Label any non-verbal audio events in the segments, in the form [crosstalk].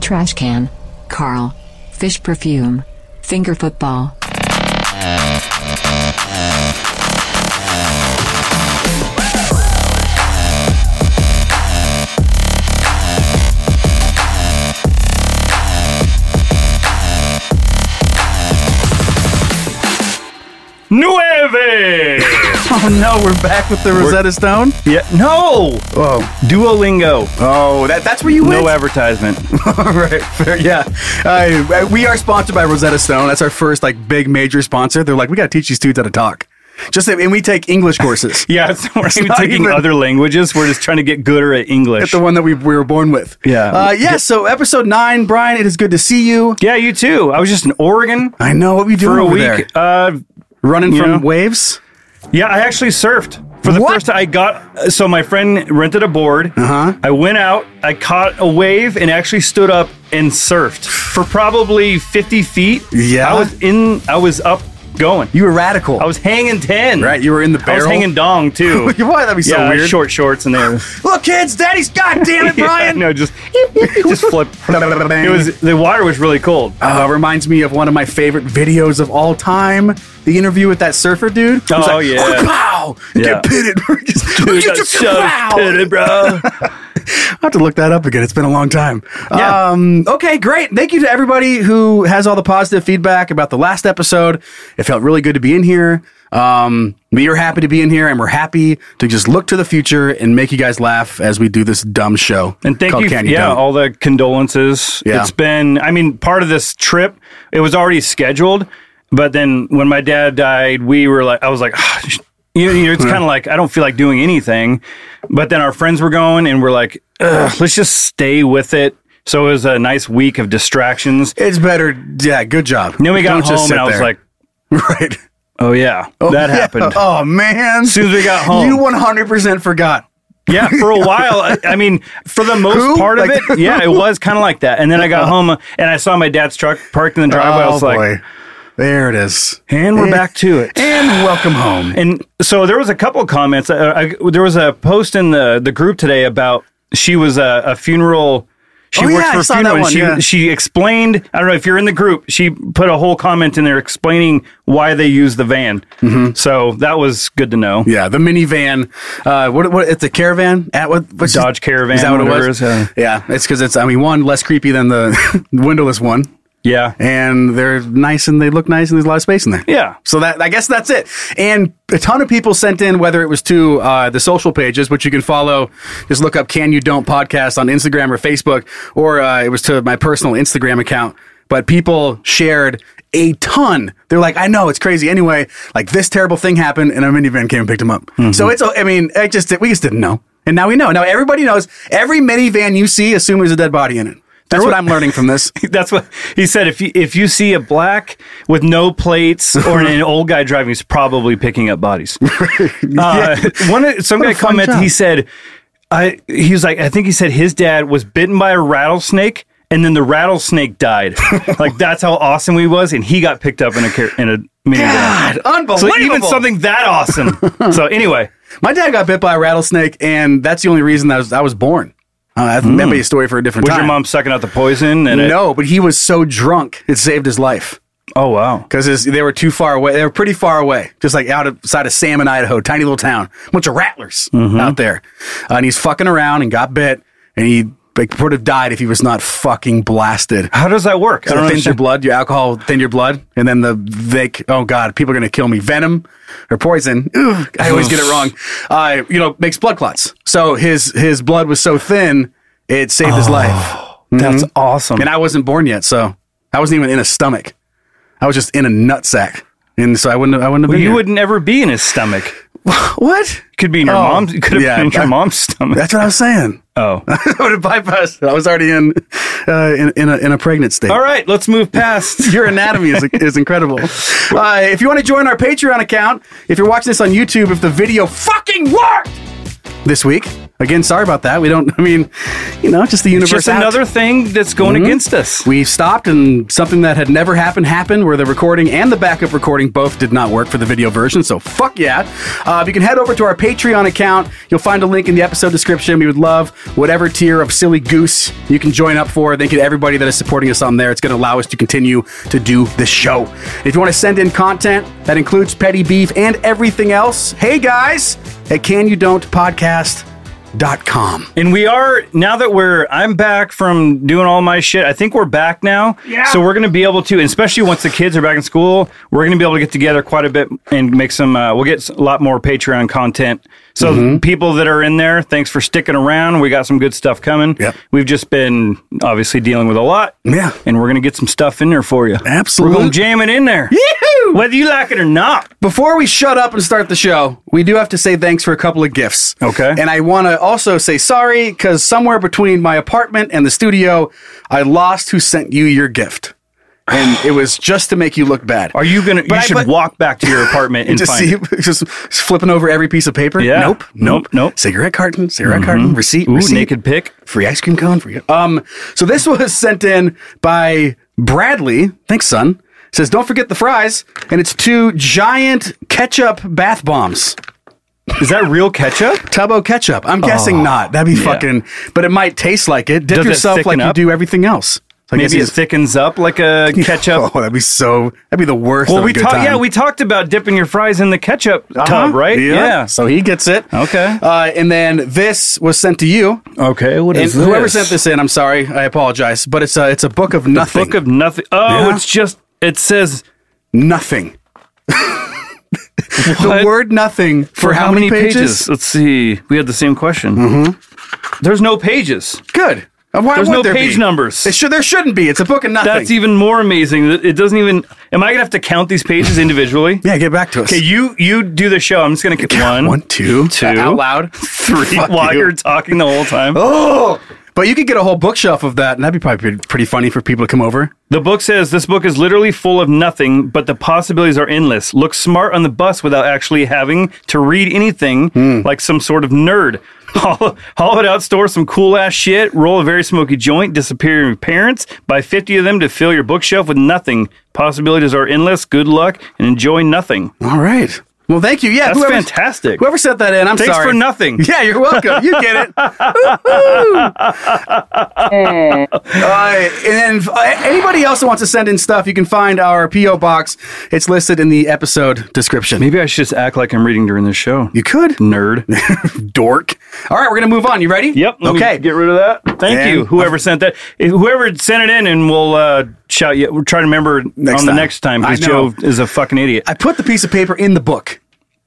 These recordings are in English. trash can, Carl, fish perfume, finger football. Nueve! [laughs] oh no, we're back with the Rosetta Stone? Yeah. No! Oh. Duolingo. Oh, that, that's where you went? No advertisement. All right, fair, [laughs] yeah. Uh, we are sponsored by Rosetta Stone. That's our first, like, big major sponsor. They're like, we gotta teach these dudes how to talk. Just, and we take [laughs] English courses. [laughs] Yeah, it's, we're not even not taking even- other languages. We're just trying to get gooder at At English. the one that we, we were born with. Yeah. Uh, yeah, so episode nine, Brian, it is good to see you. yeah, you too. I was just in Oregon I know what we do for a over week. there. Uh, Running you from know. waves. yeah, I actually surfed for the What? first. I got so my friend rented a board. Uh-huh. I went out. I caught a wave and actually stood up and surfed for probably fifty feet. Yeah. I was in. I was up going. You were radical. I was hanging ten. [laughs] Right, you were in the I was barrel? [laughs] hanging dong too. Why? That'd be so yeah, weird. short shorts and [laughs] there. Look, kids, daddy's. [laughs] God damn it, Brian. no, just just flip. It [laughs] it was the water was really cold. Uh, reminds me of one of my favorite videos of all time. The interview with that surfer dude. Who's Oh, like, yeah. Wow! Yeah. Get pitted. [laughs] Just- Dude, just- that's "Wow!" pitted, bro. I'll have to look that up again. It's been a long time. Yeah. Um, okay, great. Thank you to everybody who has all the positive feedback about the last episode. It felt really good to be in here. Um, we are happy to be in here, and we're happy to just look to the future and make you guys laugh as we do this dumb show. And thank called you, Can yeah, Dumb? all the condolences. Yeah. It's been, I mean, part of this trip, it was already scheduled, but then when my dad died, we were like, I was like, "Ah, you, you know, it's kind of like I don't feel like doing anything. But then our friends were going, and we're like, "Ugh, let's just stay with it. So it was a nice week of distractions. It's better. Yeah, good job. And then we got Don't just home, sit and I was there. like, [laughs] right. oh yeah, that Yeah. happened. [laughs] Oh man! As soon as we got home. you 100% forgot. Yeah, for a while. I, I mean, for the most Who? part of Like- Uh-huh. it, yeah, it was kind of like that. And then I got home uh, and I saw my dad's truck parked in the driveway. Oh, I was like, there it is. and we're back to it. And welcome home. And so there was a couple comments. Uh, I, there was a post in the the group today about she was a, a funeral. She Oh, works yeah, I for saw that funeral. and one, she yeah. she explained. I don't know if you're in the group. She put a whole comment in there explaining why they use the van. Mm-hmm. So that was good to know. Yeah, the minivan. Uh, what? What? It's a caravan. At what? What's Dodge Caravan, Is that what it whatever was? it is, yeah, it's because it's. I mean, one less creepy than the [laughs] windowless one, Yeah. and they're nice and they look nice and there's a lot of space in there. Yeah. So that I guess that's it. And a ton of people sent in whether it was to uh, the social pages, which you can follow. Just look up "Can You Don't" podcast on Instagram or Facebook, or uh, it was to my personal Instagram account. But people shared a ton. They're like, I know it's crazy. Anyway, like this terrible thing happened, and a minivan came and picked him up. So it's. I mean, it just we just didn't know, and now we know. Now everybody knows. Every minivan you see, assume there's a dead body in it. That's what I'm learning from this. [laughs] That's what he said. If you if you see a black with no plates or [laughs] an old guy driving, he's probably picking up bodies. uh, one of- some What guy a fun commented. job. He said, "I." He was like, "I think he said his dad was bitten by a rattlesnake." And then the rattlesnake [laughs] died. like that's how awesome he was, and he got picked up in a car- in a minivan. God, unbelievable. So even something that awesome. [laughs] so anyway, My dad got bit by a rattlesnake, and that's the only reason that I was, I was born. Uh, that may be a story for a different Hmm. was time. your mom sucking out the poison? And it- No, but he was so drunk, it saved his life oh wow. because they were too far away. They were pretty far away, just like out of- outside of Salmon, Idaho, tiny Mm-hmm. little town. Bunch of rattlers out there. Uh, and he's fucking around and got bit, and he like would have died if he was not fucking blasted. How does that work? I So don't it thins your understand. blood, your alcohol thins your blood, and then the they oh god, people are gonna kill me. Venom or poison. Ugh, I always get it wrong. Uh, you know, makes blood clots. So his his blood was so thin, it saved his life. Oh, That's Mhm. awesome. And I wasn't born yet, so I wasn't even in a stomach. I was just in a nutsack, and so I wouldn't I wouldn't have been. you here. wouldn't ever be in his stomach. what? Could be in your Oh, mom's. Could have yeah, been in your that- mom's stomach. That's what I was saying. [laughs] [laughs] oh. I would have bypassed. it. I was already in uh, in in a, in a pregnant state. All right, let's move past. [laughs] Your anatomy is, is incredible. Uh, if you want to join our Patreon account, if you're watching this on YouTube, if the video fucking worked this week, again, sorry about that. We don't, I mean, you know, just the universe. Just out. another thing that's going Mhm. against us. We stopped and something that had never happened happened where the recording and the backup recording both did not work for the video version. So fuck yeah. Uh, you can head over to our Patreon account. You'll find a link in the episode description. We would love whatever tier of silly goose you can join up for. Thank you to everybody that is supporting us on there. It's going to allow us to continue to do this show. If you want to send in content that includes petty beef and everything else, hey guys at canyoudon'tpodcast.com. And we are now that we're I'm back from doing all my shit. I think we're back now. Yeah. So we're gonna be able to, and especially once the kids are back in school, we're gonna be able to get together quite a bit and make some. Uh, we'll get s- a lot more Patreon content. So Mm-hmm. people that are in there, thanks for sticking around. We got some good stuff coming. Yep. We've just been obviously dealing with a lot. Yeah. And we're gonna get some stuff in there for you. Absolute- We're gonna jam it in there. Yee-hoo! Whether you like it or not. Before we shut up and start the show, we do have to say thanks for a couple of gifts. Okay. And I want to also say sorry because somewhere between my apartment and the studio, I lost who sent you your gift. [sighs] And it was just to make you look bad. Are you gonna? But you I- should but- walk back to your [laughs] apartment and just find see, it. just flipping over every piece of paper. Yeah. Nope. Nope, nope. Mm-hmm. Cigarette carton. Cigarette carton. Receipt. Ooh, receipt. naked pic. Free ice cream cone. Free. Um. So this [laughs] was sent in by Bradley. Thanks, son. Says, don't forget the fries, and it's two giant ketchup bath bombs. Is that real ketchup? Tubbo ketchup. I'm guessing not. That'd be Oh, yeah. fucking. But it might taste like it. Dip Does it yourself thicken like up? you do everything else. So I guess Maybe it it's- thickens up like [laughs] a ketchup. Oh, that'd be so. That'd be the worst. well, of a we good talked. time. Yeah, we talked about dipping your fries in the ketchup Uh-huh. tub, right? Yeah. So he gets it. Okay. Uh, and then this was sent to you. Okay. What and whoever sent this in, I'm sorry, I apologize, but it's a it's a book of nothing. Book of nothing. Oh, Yeah. it's just. It says nothing. [laughs] the What? word nothing for, how, many, pages? Mm-hmm. Let's see. We had the same question. There's no pages. Good. Uh, Why There's would no there page be? numbers. It should, there shouldn't be. It's a book of nothing. That's e- even more amazing. It doesn't even. Am I gonna have to count these pages individually? yeah. Get back to us. Okay, you you do the show. I'm just gonna get one, One, two, two, out loud, [laughs] three while you. you're talking the whole time. Oh, [gasps] but you could get a whole bookshelf of that, and that'd be probably pretty- pretty funny for people to come over. The book says this book is literally full of nothing, but the possibilities are endless. Look smart on the bus without actually having to read anything like some sort of nerd. [laughs] Haul, haul it out, store some cool ass shit, roll a very smoky joint, disappear your parents, buy 50 of them to fill your bookshelf with nothing. Possibilities are endless. Good luck and enjoy nothing. All right. Well, thank you. Yeah, That's whoever- fantastic. Whoever sent that in, I'm Thanks sorry for nothing. [laughs] Yeah, you're welcome. You get it. [laughs] Woo-hoo. uh, and then uh, anybody else that wants to send in stuff, you can find our PO box. It's listed in the episode description. Maybe I should just act like I'm reading during the show. You could Nerd. dork. All right, we're gonna move on. You ready? Yep. let me Okay. Get rid of that. Thank And- you, whoever sent that. If- Whoever sent it in, and we'll uh, shout you. We'll try to remember Next on the time. next time because I know. Joe is a fucking idiot. I put the piece of paper in the book,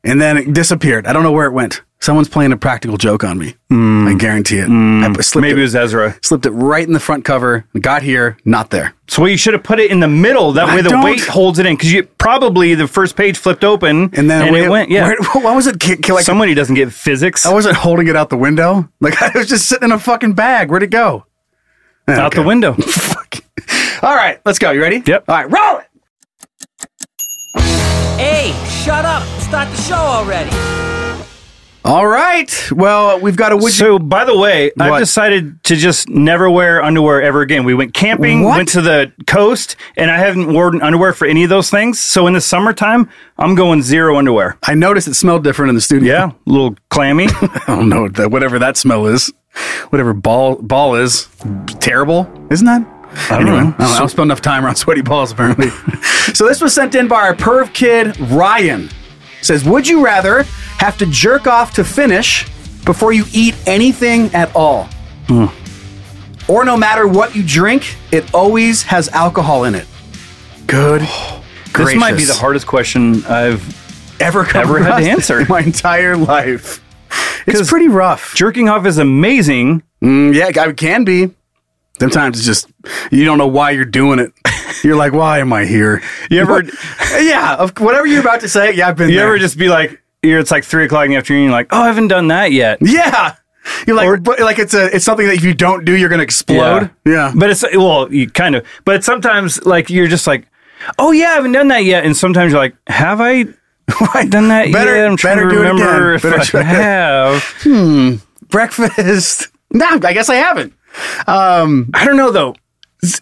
and then it disappeared. I don't know where it went. Someone's playing a practical joke on me. I guarantee it. I p- slipped Hmm. Maybe it it, was Ezra. slipped it right in the front cover. Got here, not there. So you should have put it in the middle. That I way the don't- weight holds it in because you probably the first page flipped open And then it where- went. Yeah. where- [laughs] why was it? ki- ki- Like Somebody doesn't get physics I wasn't holding it out the window. [laughs] Like I was just sitting in a fucking bag. Where'd it go? Eh, out okay. the window. [laughs] Fuck. All right, let's go. You ready? Yep. All right, roll it. Hey, shut up! Start the show already! All right. Well, we've got a would you so by the way, What? I've decided to just never wear underwear ever again. We went camping, What? went to the coast, and I haven't worn underwear for any of those things. So in the summertime, I'm going zero underwear. I noticed it smelled different in the studio. [laughs] Yeah, a little clammy. I don't know that whatever that smell is, whatever ball ball is, terrible, isn't that? I don't know. I don't, I don't spend enough time around [laughs] sweaty balls apparently. so this was sent in by our perv kid Ryan. Says, would you rather have to Hmm. jerk off to finish before you eat anything at all, or no matter what you drink, it always has alcohol in it. [sighs] Good. This might be gracious. the hardest question I've ever come Ever had to across [laughs] answer. in my entire life. It's 'Cause- pretty rough. jerking off is amazing. Mm, yeah, it can be. Sometimes it's just you don't know why you're doing it. You're like, why am I here? You ever- yeah, of whatever you're about to say. Yeah, I've been. You there. ever just be like, you're, it's like three o'clock in the afternoon. You're like, oh, I haven't done that yet. Yeah. You're like, but like it's a it's something that if you don't do, you're gonna explode. Yeah. But it's well, you kind of. But sometimes like you're just like, oh yeah, I haven't done that yet. And sometimes you're like, have I? done that Better- yet? I'm trying better to do it remember again. if Better I try- have. [laughs] breakfast. no, I guess I haven't. Um, I don't know though. S-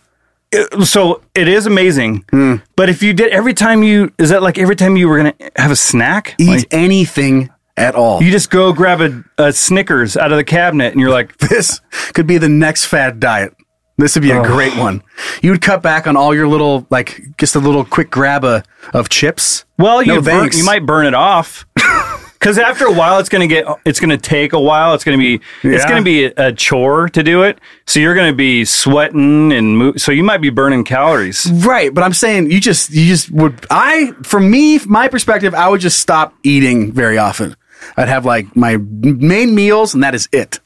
it- So it is amazing, Hmm. but if you did every time you is that like every time you were gonna have a snack, eat Like, anything at all. you just go grab a, a Snickers out of the cabinet and you're like, [laughs] this could be the next fad diet. This would be a great one. You would cut back on all your little like just a little quick grab a, of chips. Well, No you burn, thanks. you might burn it [laughs] off. Because after a while, it's gonna get, it's gonna take a while. It's gonna be, it's Yeah. gonna be a, a chore to do it. So you're gonna be sweating and mo- so you might be burning calories. Right, but I'm saying you just you just would I from me my perspective I would just stop eating very often. I'd have like my main meals and that is it.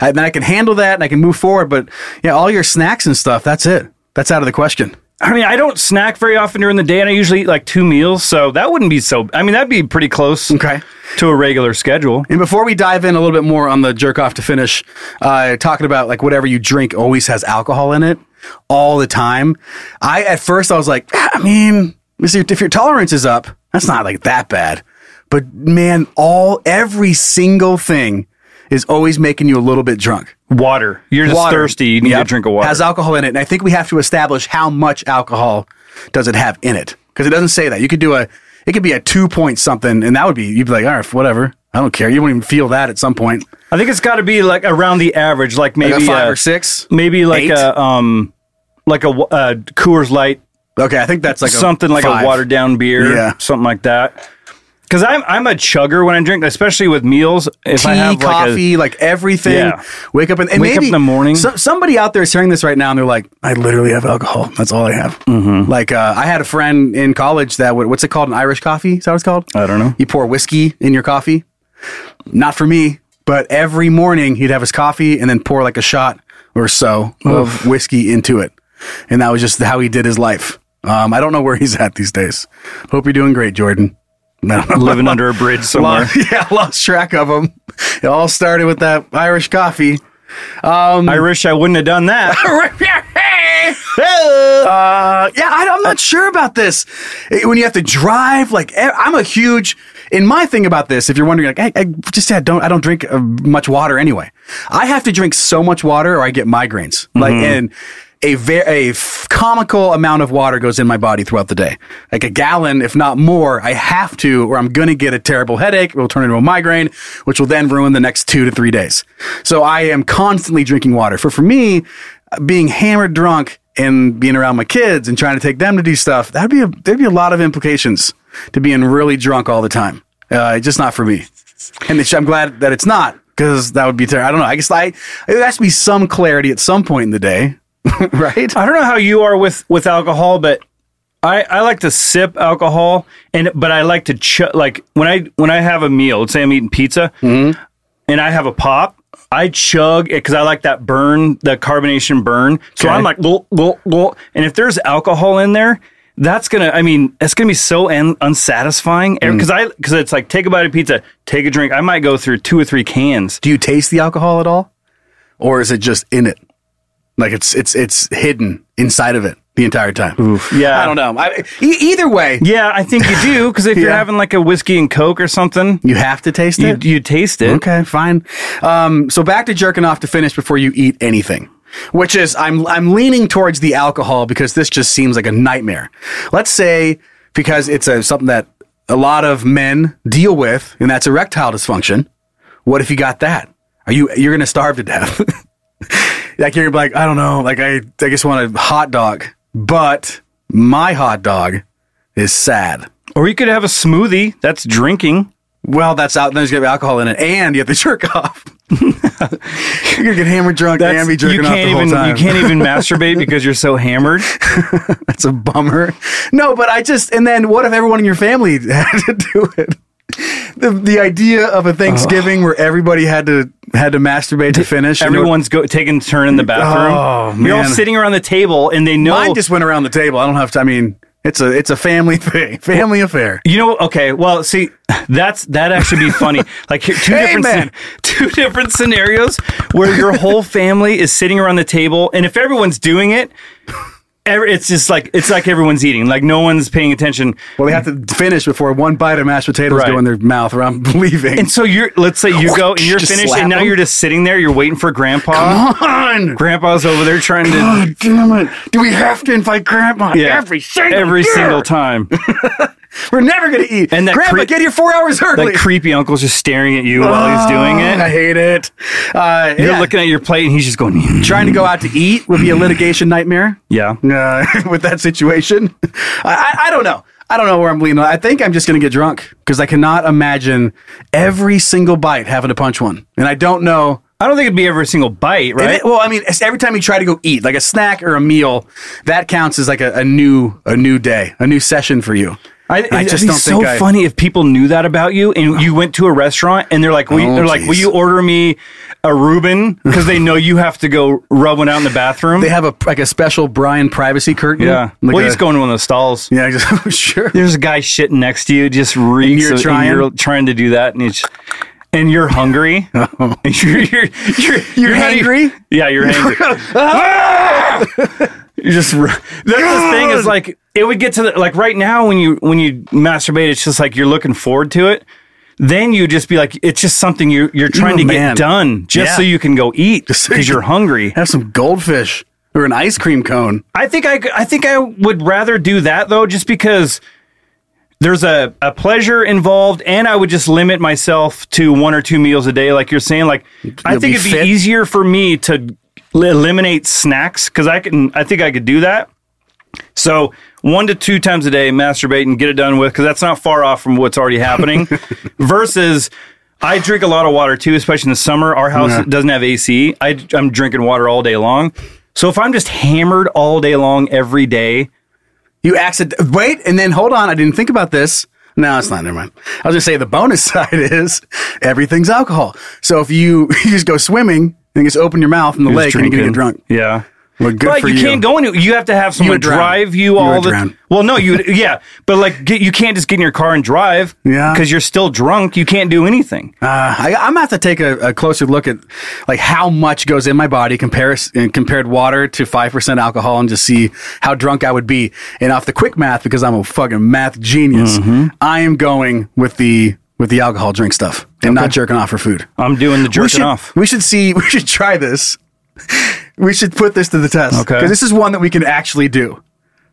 And then I can handle that and I can move forward. But yeah, all your snacks and stuff that's it. That's out of the question. I mean, I don't snack very often during the day, and I usually eat like two meals. So that wouldn't be so. I mean, that'd be pretty close. Okay. To a regular schedule. And before we dive in a little bit more on the jerk off to finish, uh, talking about like whatever you drink always has alcohol in it all the time. I at first I was like, "Ah, I mean, if your- if your tolerance is up, that's not like that bad. But man, all every single thing is always making you a little bit drunk. Water. You're just Water, thirsty. You need yep, to drink a water. Has alcohol in it, and I think we have to establish how much alcohol does it have in it because it doesn't say that. You could do a, it could be a two point something, and that would be you'd be like, all right, whatever, I don't care. You won't even feel that at some point. I think it's got to be like around the average, like maybe Like a five uh, or six, maybe like Eight? a um, like a wa- uh, Coors Light Okay, I think that's like a something like five. a watered down beer, Yeah. something like that. Because I'm I'm a chugger when I drink, especially with meals. If Tea, I have coffee, like, everything. Yeah. Wake up and, and Wake up maybe in the morning. so- somebody out there is hearing this right now, and they're like, "I literally have alcohol. That's all I have." Mm-hmm. Like, uh, I had a friend in college that would, what's it called? An Irish coffee? Is that what it's called? I don't know. You pour whiskey in your coffee. Not for me, but every morning he'd have his coffee and then pour like a shot or so of whiskey into it, and that was just how he did his life. Um, I don't know where he's at these days. Hope you're doing great, Jordan. [laughs] I don't know. a, living under a [laughs] bridge somewhere. Lost, yeah, lost track of them. It all started with that Irish coffee. I wish I wouldn't have done that. Uh, yeah, I, am not sure about this. Eh, When you have to drive, like eh, I'm a huge. In my thing about this, if you're wondering, like I, I just I don't I don't drink uh, much water anyway. I have to drink so much water, or I get migraines. Like and. A, ver- a f- comical amount of water goes in my body throughout the day, like a gallon, if not more. I have to, or I'm gonna get a terrible headache. It will turn into a migraine, which will then ruin the next two to three days. So I am constantly drinking water. For for me, being hammered drunk and being around my kids and trying to take them to do stuff, that'd be a, there'd be a lot of implications to being really drunk all the time. Uh, just not for me. And it's, I'm glad that it's not because that would be terrible. I don't know. I guess I, it has to be some clarity at some point in the day, [laughs] right? I don't know how you are with with alcohol, but I I like to sip alcohol, and but I like to ch- like when I when I have a meal. Let's say I'm eating pizza, Mm-hmm. and I have a pop. I chug it because I like that burn, the carbonation burn. So Okay. I'm like, gulp, gulp, gulp. and if there's alcohol in there, that's gonna. I mean, that's gonna be so un- unsatisfying. Mm. Because I because it's like take a bite of pizza, take a drink. I might go through two or three cans. Do you taste the alcohol at all? Or is it just in it? Like it's, it's, it's hidden inside of it the entire time. Yeah. I don't know. I, e- either way, Yeah, I think you do because if you're [laughs] Yeah. having like a whiskey and coke or something, you have to taste you, it. you taste it. Okay, fine. Um, so back to jerking off to finish before you eat anything, which is I'm I'm leaning towards the alcohol because this just seems like a nightmare. Let's say because it's a, something that a lot of men deal with, and that's erectile dysfunction. What if you got that? Are you you're gonna starve to death? [laughs] like you're gonna be like I don't know, like I I just want a hot dog, but my hot dog is sad. Or you could have a smoothie. That's drinking. Well, that's out. There's gonna be alcohol in it, and you have to [laughs] jerk off. you're gonna get hammered drunk and be you jerking off the can't whole even time. you [laughs] can't even masturbate because you're so hammered. That's a bummer. No, but I just and then what if everyone in your family [laughs] had to do it? The the idea of a Oh. Thanksgiving where everybody had to had to masturbate to finish. and- Everyone's go, taking a turn in the bathroom. Oh, You're all man. sitting around the table, and they know. mine just went around the table. I don't have to. I mean, it's a it's a family [laughs] thing, family affair. you know, okay, well, see, that's that'd actually be [laughs] funny. Like here- two Hey, different man. scen- two different scenarios where your whole family is sitting around the table, and if everyone's doing it, every, it's just like it's like everyone's eating, like no one's paying attention. Well, they have to finish before one bite of mashed potatoes Right. go in their mouth, or I'm [laughs] leaving. And so you're, let's say you go and you're Just finished, slap and now them. you're just sitting there, you're waiting for Grandpa. on. Grandpa's over there trying to God damn it! Do we have to invite Grandma every single every year? single [laughs] time. We're never gonna eat. And that Grandma, cre- get here four hours early. Oh, That creepy uncle's just staring at you while he's doing I it. hate it. Uh, You're yeah. looking at your plate, and he's just going, trying to go out to eat would be a litigation nightmare. "Yeah, Uh, [laughs] with that situation, I, I, I don't know. I don't know where I'm leaning. I think I'm just going to get drunk because I cannot imagine every single bite having to punch one, and I don't know. I don't think it'd be every single bite, and right?" it- well, I mean, it's every time you try to go eat, like a snack or a meal, that counts as like a, a new a new day, a new session for you. it'd be so I- funny if people knew that about you, and you went to a restaurant, and they're like, will you- Oh, "They're like, will geez. you order me a Reuben?" Because they know you have to go rub one out in the bathroom. They have a like a special Brian privacy curtain. yeah, Like well, a- you just go into one of those stalls. Yeah, just [laughs] sure. There's a guy shitting next to you, just reeks. you're of- trying? you're trying to do that, and it's. And you're [laughs] hungry. Oh. And [laughs] you're you're you're, you're not even- hangry? Yeah, [laughs] you're hangry. You're just r- that's the thing is like it would get to the like right now when you when you masturbate it's just like you're looking forward to it then you just be like it's just something you you're trying Oh, to get man. done just Yeah. so you can go eat Just so you because you're can- hungry Have some goldfish or an ice cream cone. I think I, I think I would rather do that though, just because there's a, a pleasure involved, and I would just limit myself to one or two meals a day, like you're saying. Like I You'll think be it'd fit. be easier for me to l- eliminate snacks because I can. I think I could do that. So one to two times a day, masturbate and get it done with because that's not far off from what's already [laughs] happening. versus. I drink a lot of water too, especially in the summer. Our house Yeah. doesn't have AC. I, I'm drinking water all day long. So if I'm just hammered all day long every day, You accident wait, and then hold on. I didn't think about this. No, it's not. Never mind. I was gonna say the bonus [laughs] side is everything's alcohol. So if you, [laughs] you just go swimming and just open your mouth in the lake and you're gonna get drunk. Yeah. Well, good but for you, you. can't go into. You have to have someone would drown. drive you You all would the. drown. Well, no, [laughs] you yeah, but like get, you can't just get in your car and drive. Yeah. because you're still drunk. You can't do anything. Uh, I, I'm gonna have to take a, a closer look at like how much goes in my body compares, and compared water to five percent alcohol and just see how drunk I would be. And off the quick math, because I'm a fucking math genius, I am going with the with the alcohol drink stuff and not jerking off for food. I'm doing the jerking we should, off. We should see. [laughs] We should try this. We should put this to the test. Okay. Because this is one that we can actually do.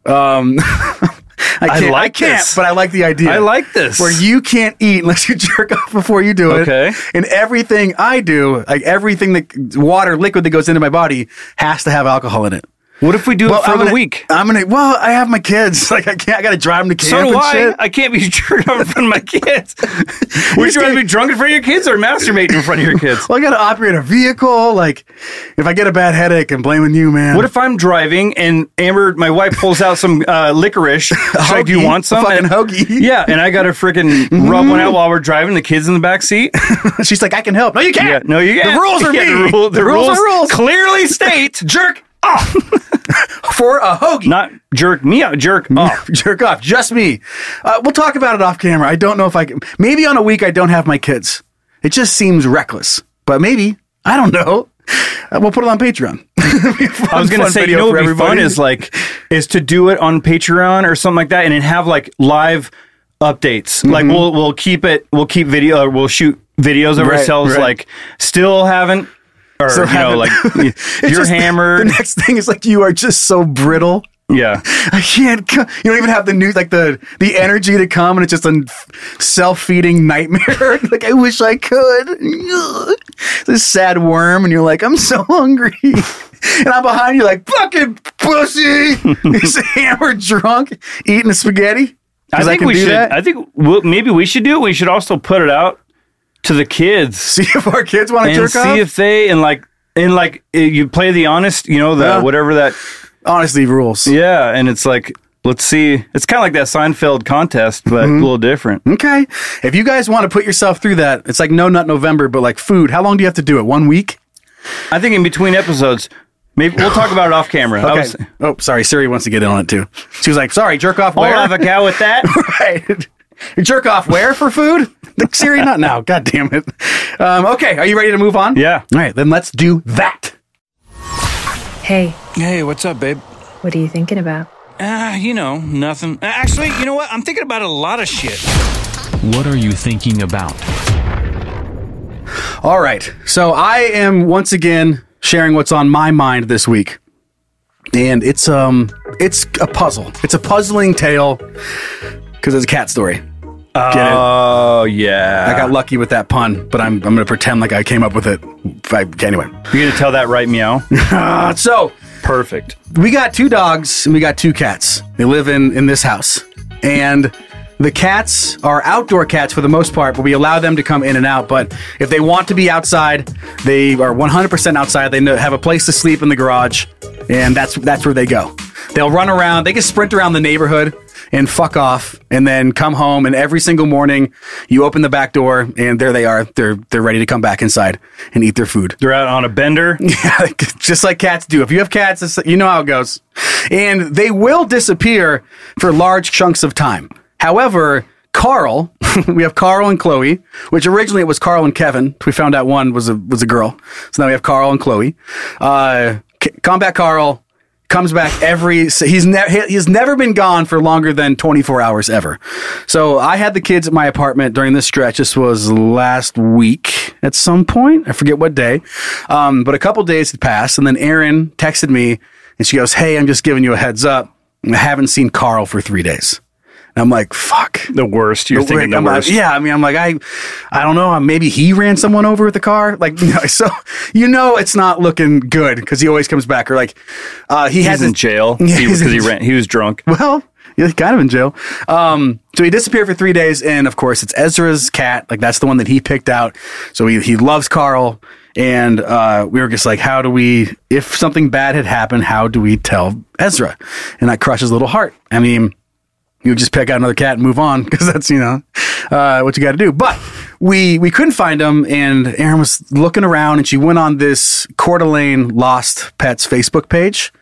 Um, [laughs] I, can't, I like can't, this. but I like the idea. I like this. Where you can't eat unless you [laughs] jerk off before you do it. Okay. And everything I do, like everything that water, liquid that goes into my body, has to have alcohol in it. What if we do it for I'm the gonna, week? I'm gonna. Well, I have my kids. [laughs] Like I can't. I gotta drive them to camp So do and I. shit. I can't be [laughs] jerking off in front of my [laughs] kids. Would just you rather can't- be drunk in front of your kids or masturbating in front of your kids? Well, I gotta operate a vehicle. Like, if I get a bad headache, I'm blaming you, [laughs] man. What if I'm driving and Amber, my wife, pulls out some uh, [laughs] licorice? She's like, do you hoagie, want a some? fucking And- [laughs] hoagie. Yeah, and I got to freaking rub one out while we're driving. The kids in the back seat. [laughs] She's like, I can help. [laughs] No, you can't. Yeah, Mm-hmm. no, you can't. The rules [laughs] are Yeah, me. The, rule, the, rules, are rules. Clearly [laughs] state jerk off [laughs] for a hoagie. not jerk me out, [laughs] jerk off. jerk off. Just me. Uh, we'll talk about it off camera. I don't know if I can. Maybe on a week I don't have my kids. It just seems reckless. But maybe I don't know. Uh, we'll put it on Patreon. [laughs] I was gonna say, you know, what would be fun is like is to do it on Patreon or something like that, and then have like live updates. Like we'll we'll keep it, we'll keep video, or we'll shoot videos of Right, ourselves. right. Like still haven't, or Still you know, haven't. like [laughs] y- It's you're just- [laughs] hammered. The next thing is like you are just so brittle. yeah, [laughs] I can't. co- You don't even have the news, like the the energy to come, and it's just a self feeding nightmare. [laughs] like I wish I could. [laughs] This sad worm, and you're like, I'm so hungry, [laughs] and I'm behind [laughs] you, like fucking pussy. He's hammered, drunk, eating spaghetti. I 'Cause I think can we do should. that? I think we'll, maybe we should do it. We should also put it out to the kids [laughs] See if our kids want to and jerk see off. if they and like and like eh, you play the honest, you know, the Yeah. whatever that. Honestly, rules. Yeah, and it's like let's see. It's kind of like that Seinfeld contest, but a little different. Okay. If you guys want to put yourself through that, it's like no nut November, but like food. How long do you have to do it? One week? I think in between episodes, maybe we'll talk about it off camera. I Okay. was- oh, sorry. Siri wants to get in on it too. She was like, sorry, jerk off I'll where? "Oh, have a [laughs] go with [laughs] that. right. Jerk off where for food? Like, Siri, not now. God damn it. Um, okay. Are you ready to move on? Yeah. All right. Then let's do that. Hey, Hey, what's up, babe? what are you thinking about? Ah, you know, nothing. Uh, Actually, you know what? I'm thinking about a lot of shit. What are you thinking about? All right. So I am once again sharing what's on my mind this week. And it's um it's a puzzle. It's a puzzling tale cuz it's a cat story. Get it? Oh yeah. I got lucky with that pun, but I'm, I'm going to pretend like I came up with it. I, anyway, You're gonna tell that right meow. Uh, so Perfect. we got two dogs and we got two cats. They live in in this house, and the cats are outdoor cats for the most part, but we allow them to come in and out. But if they want to be outside, they are 100% outside. They know, have a place to sleep in the garage, and that's that's where they go. They'll run around. They can sprint around the neighborhood and fuck off, and then come home. And every single morning, you open the back door, and there they are. They're they're ready to come back inside and eat their food. They're out on a bender. [laughs] Yeah, just like cats do. If you have cats, it's, you know how it goes. And they will disappear for large chunks of time. However, Carl, [laughs] we have Carl and Chloe, which originally it was Carl and Kevin. We found out one was a was a girl, so now we have Carl and Chloe. Uh, C- Combat Carl comes back every so he's ne- he- he's never been gone for longer than 24 hours ever so i had the kids at my apartment during this stretch this was last week at some point i forget what day um, but a couple days had passed and then erin texted me and she goes hey i'm just giving you a heads up i haven't seen carl for three days and i'm like fuck The worst. You're but thinking wait, the I'm like- worst. yeah, I mean, I'm like, I, I don't know. Maybe he ran someone over with the car. [laughs] Like, no, so you know, it's not looking good because he always comes back. Or like, uh, he He's hasn't in [laughs] jail [laughs] because Yeah, he, he's in 'cause he jail. ran. He was drunk. Well, he's kind of in jail. Um, so he disappeared for three days, and of course, it's Ezra's cat. Like that's the one that he picked out. So he he loves Carl, and uh, we were just like, how do we? If something bad had happened, how do we tell Ezra? And that crushes little heart. I mean. You just pick out another cat and move on [laughs] because that's you know uh, what you got to do. But we we couldn't find him, and Erin was looking around, and she went on this Coeur d'Alene Lost Pets Facebook page,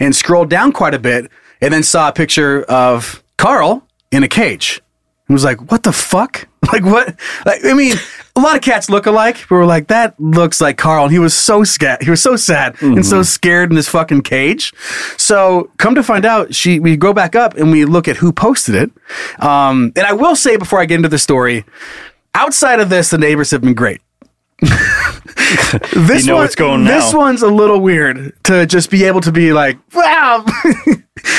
and scrolled down quite a bit, and then saw a picture of Carl in a cage. And was like, "What the fuck? [laughs] Like what? Like I mean, a lot of cats look alike. But we're like, that looks like Carl." And he was so scared. He was so sad and Mm-hmm. so scared in this fucking cage. So come to find out, she we go back up and we look at who posted it. Um, and I will say before I get into the story, outside of this, the neighbors have been great. this [laughs] You know what's going This now. one's a little weird to just be able to be like, wow. [laughs]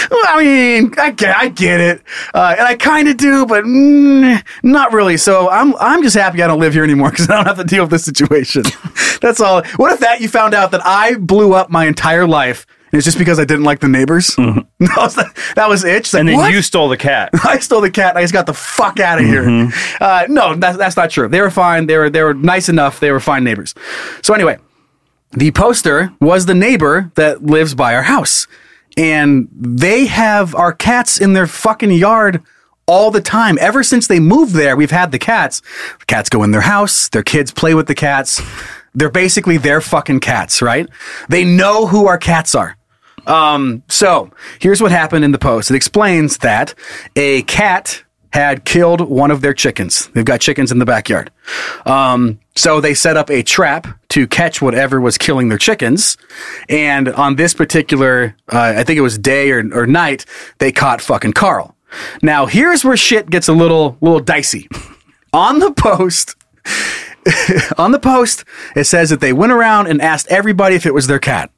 I mean, I get, I get it, uh, and I kind of do, but mm, not really. So I'm, I'm just happy I don't live here anymore [laughs] because I don't have to deal with this situation. [laughs] That's all. What if that you found out that I blew up my entire life and it's just because I didn't like the neighbors? [laughs] that, was that was it. It's like, Mm-hmm. And then what? you stole the cat. [laughs] I stole the cat and I just got the fuck out of here. Uh, no, that's, that's not true. They were fine. They were, they were nice enough. They were fine neighbors. So, anyway, the poster was the neighbor that lives by our house. And they have our cats in their fucking yard all the time. Ever since they moved there, we've had the cats. The cats go in their house, their kids play with the cats. They're basically their fucking cats, right? They know who our cats are. Um, so here's what happened in the post. It explains that a cat had killed one of their chickens. They've got chickens in the backyard. Um, so they set up a trap to catch whatever was killing their chickens. And on this particular, uh, I think it was day or, or night, they caught fucking Carl. Now here's where shit gets a little, little dicey. on the post, [laughs] on the post, it says that they went around and asked everybody if it was their cat.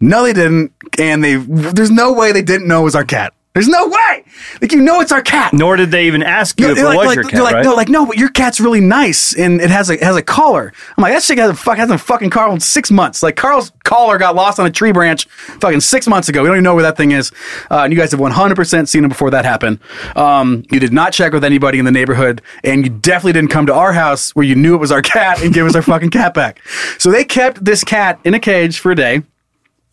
No, they didn't. And they, there's no way they didn't know it was our cat. There's no way. Like you know, it's our cat. Nor did they even ask you No, if they're it like, was like- your they're cat, like, right? No, like no, but your cat's really nice and it has a it has a collar. I'm like that shit has a fuck hasn't fucking Carl in six months. Like Carl's collar got lost on a tree branch fucking six months ago. We don't even know where that thing is. Uh, and you guys have 100 percent seen it before that happened. Um, you did not check with anybody in the neighborhood, and you definitely didn't come to our house where you knew it was our cat and give us our fucking cat back. So they kept this cat in a cage for a day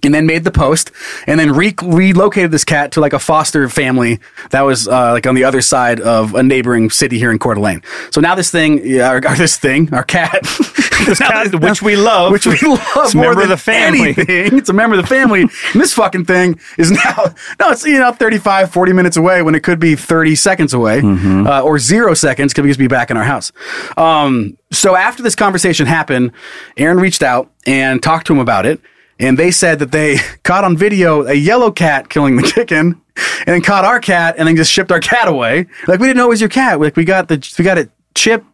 and then made the post and then re- relocated this cat to like a foster family that was uh, like on the other side of a neighboring city here in Coeur d'Alene. So now this thing, yeah, or, or this thing, our [laughs] cat, [laughs] this cat, which we love. which we love It's a more member of than the family. anything. It's a member of the family. and this fucking thing is now, [laughs] no, it's, you know, 35, 40 minutes away when it could be 30 seconds away Mm-hmm. uh, or zero seconds could just be back in our house. Um, so after this conversation happened, Aaron reached out and talked to him about it. And they said that they [laughs] caught on video a yellow cat killing the chicken and then caught our cat and then just shipped our cat away. Like we didn't know it was your cat. Like we got the, we got it chipped,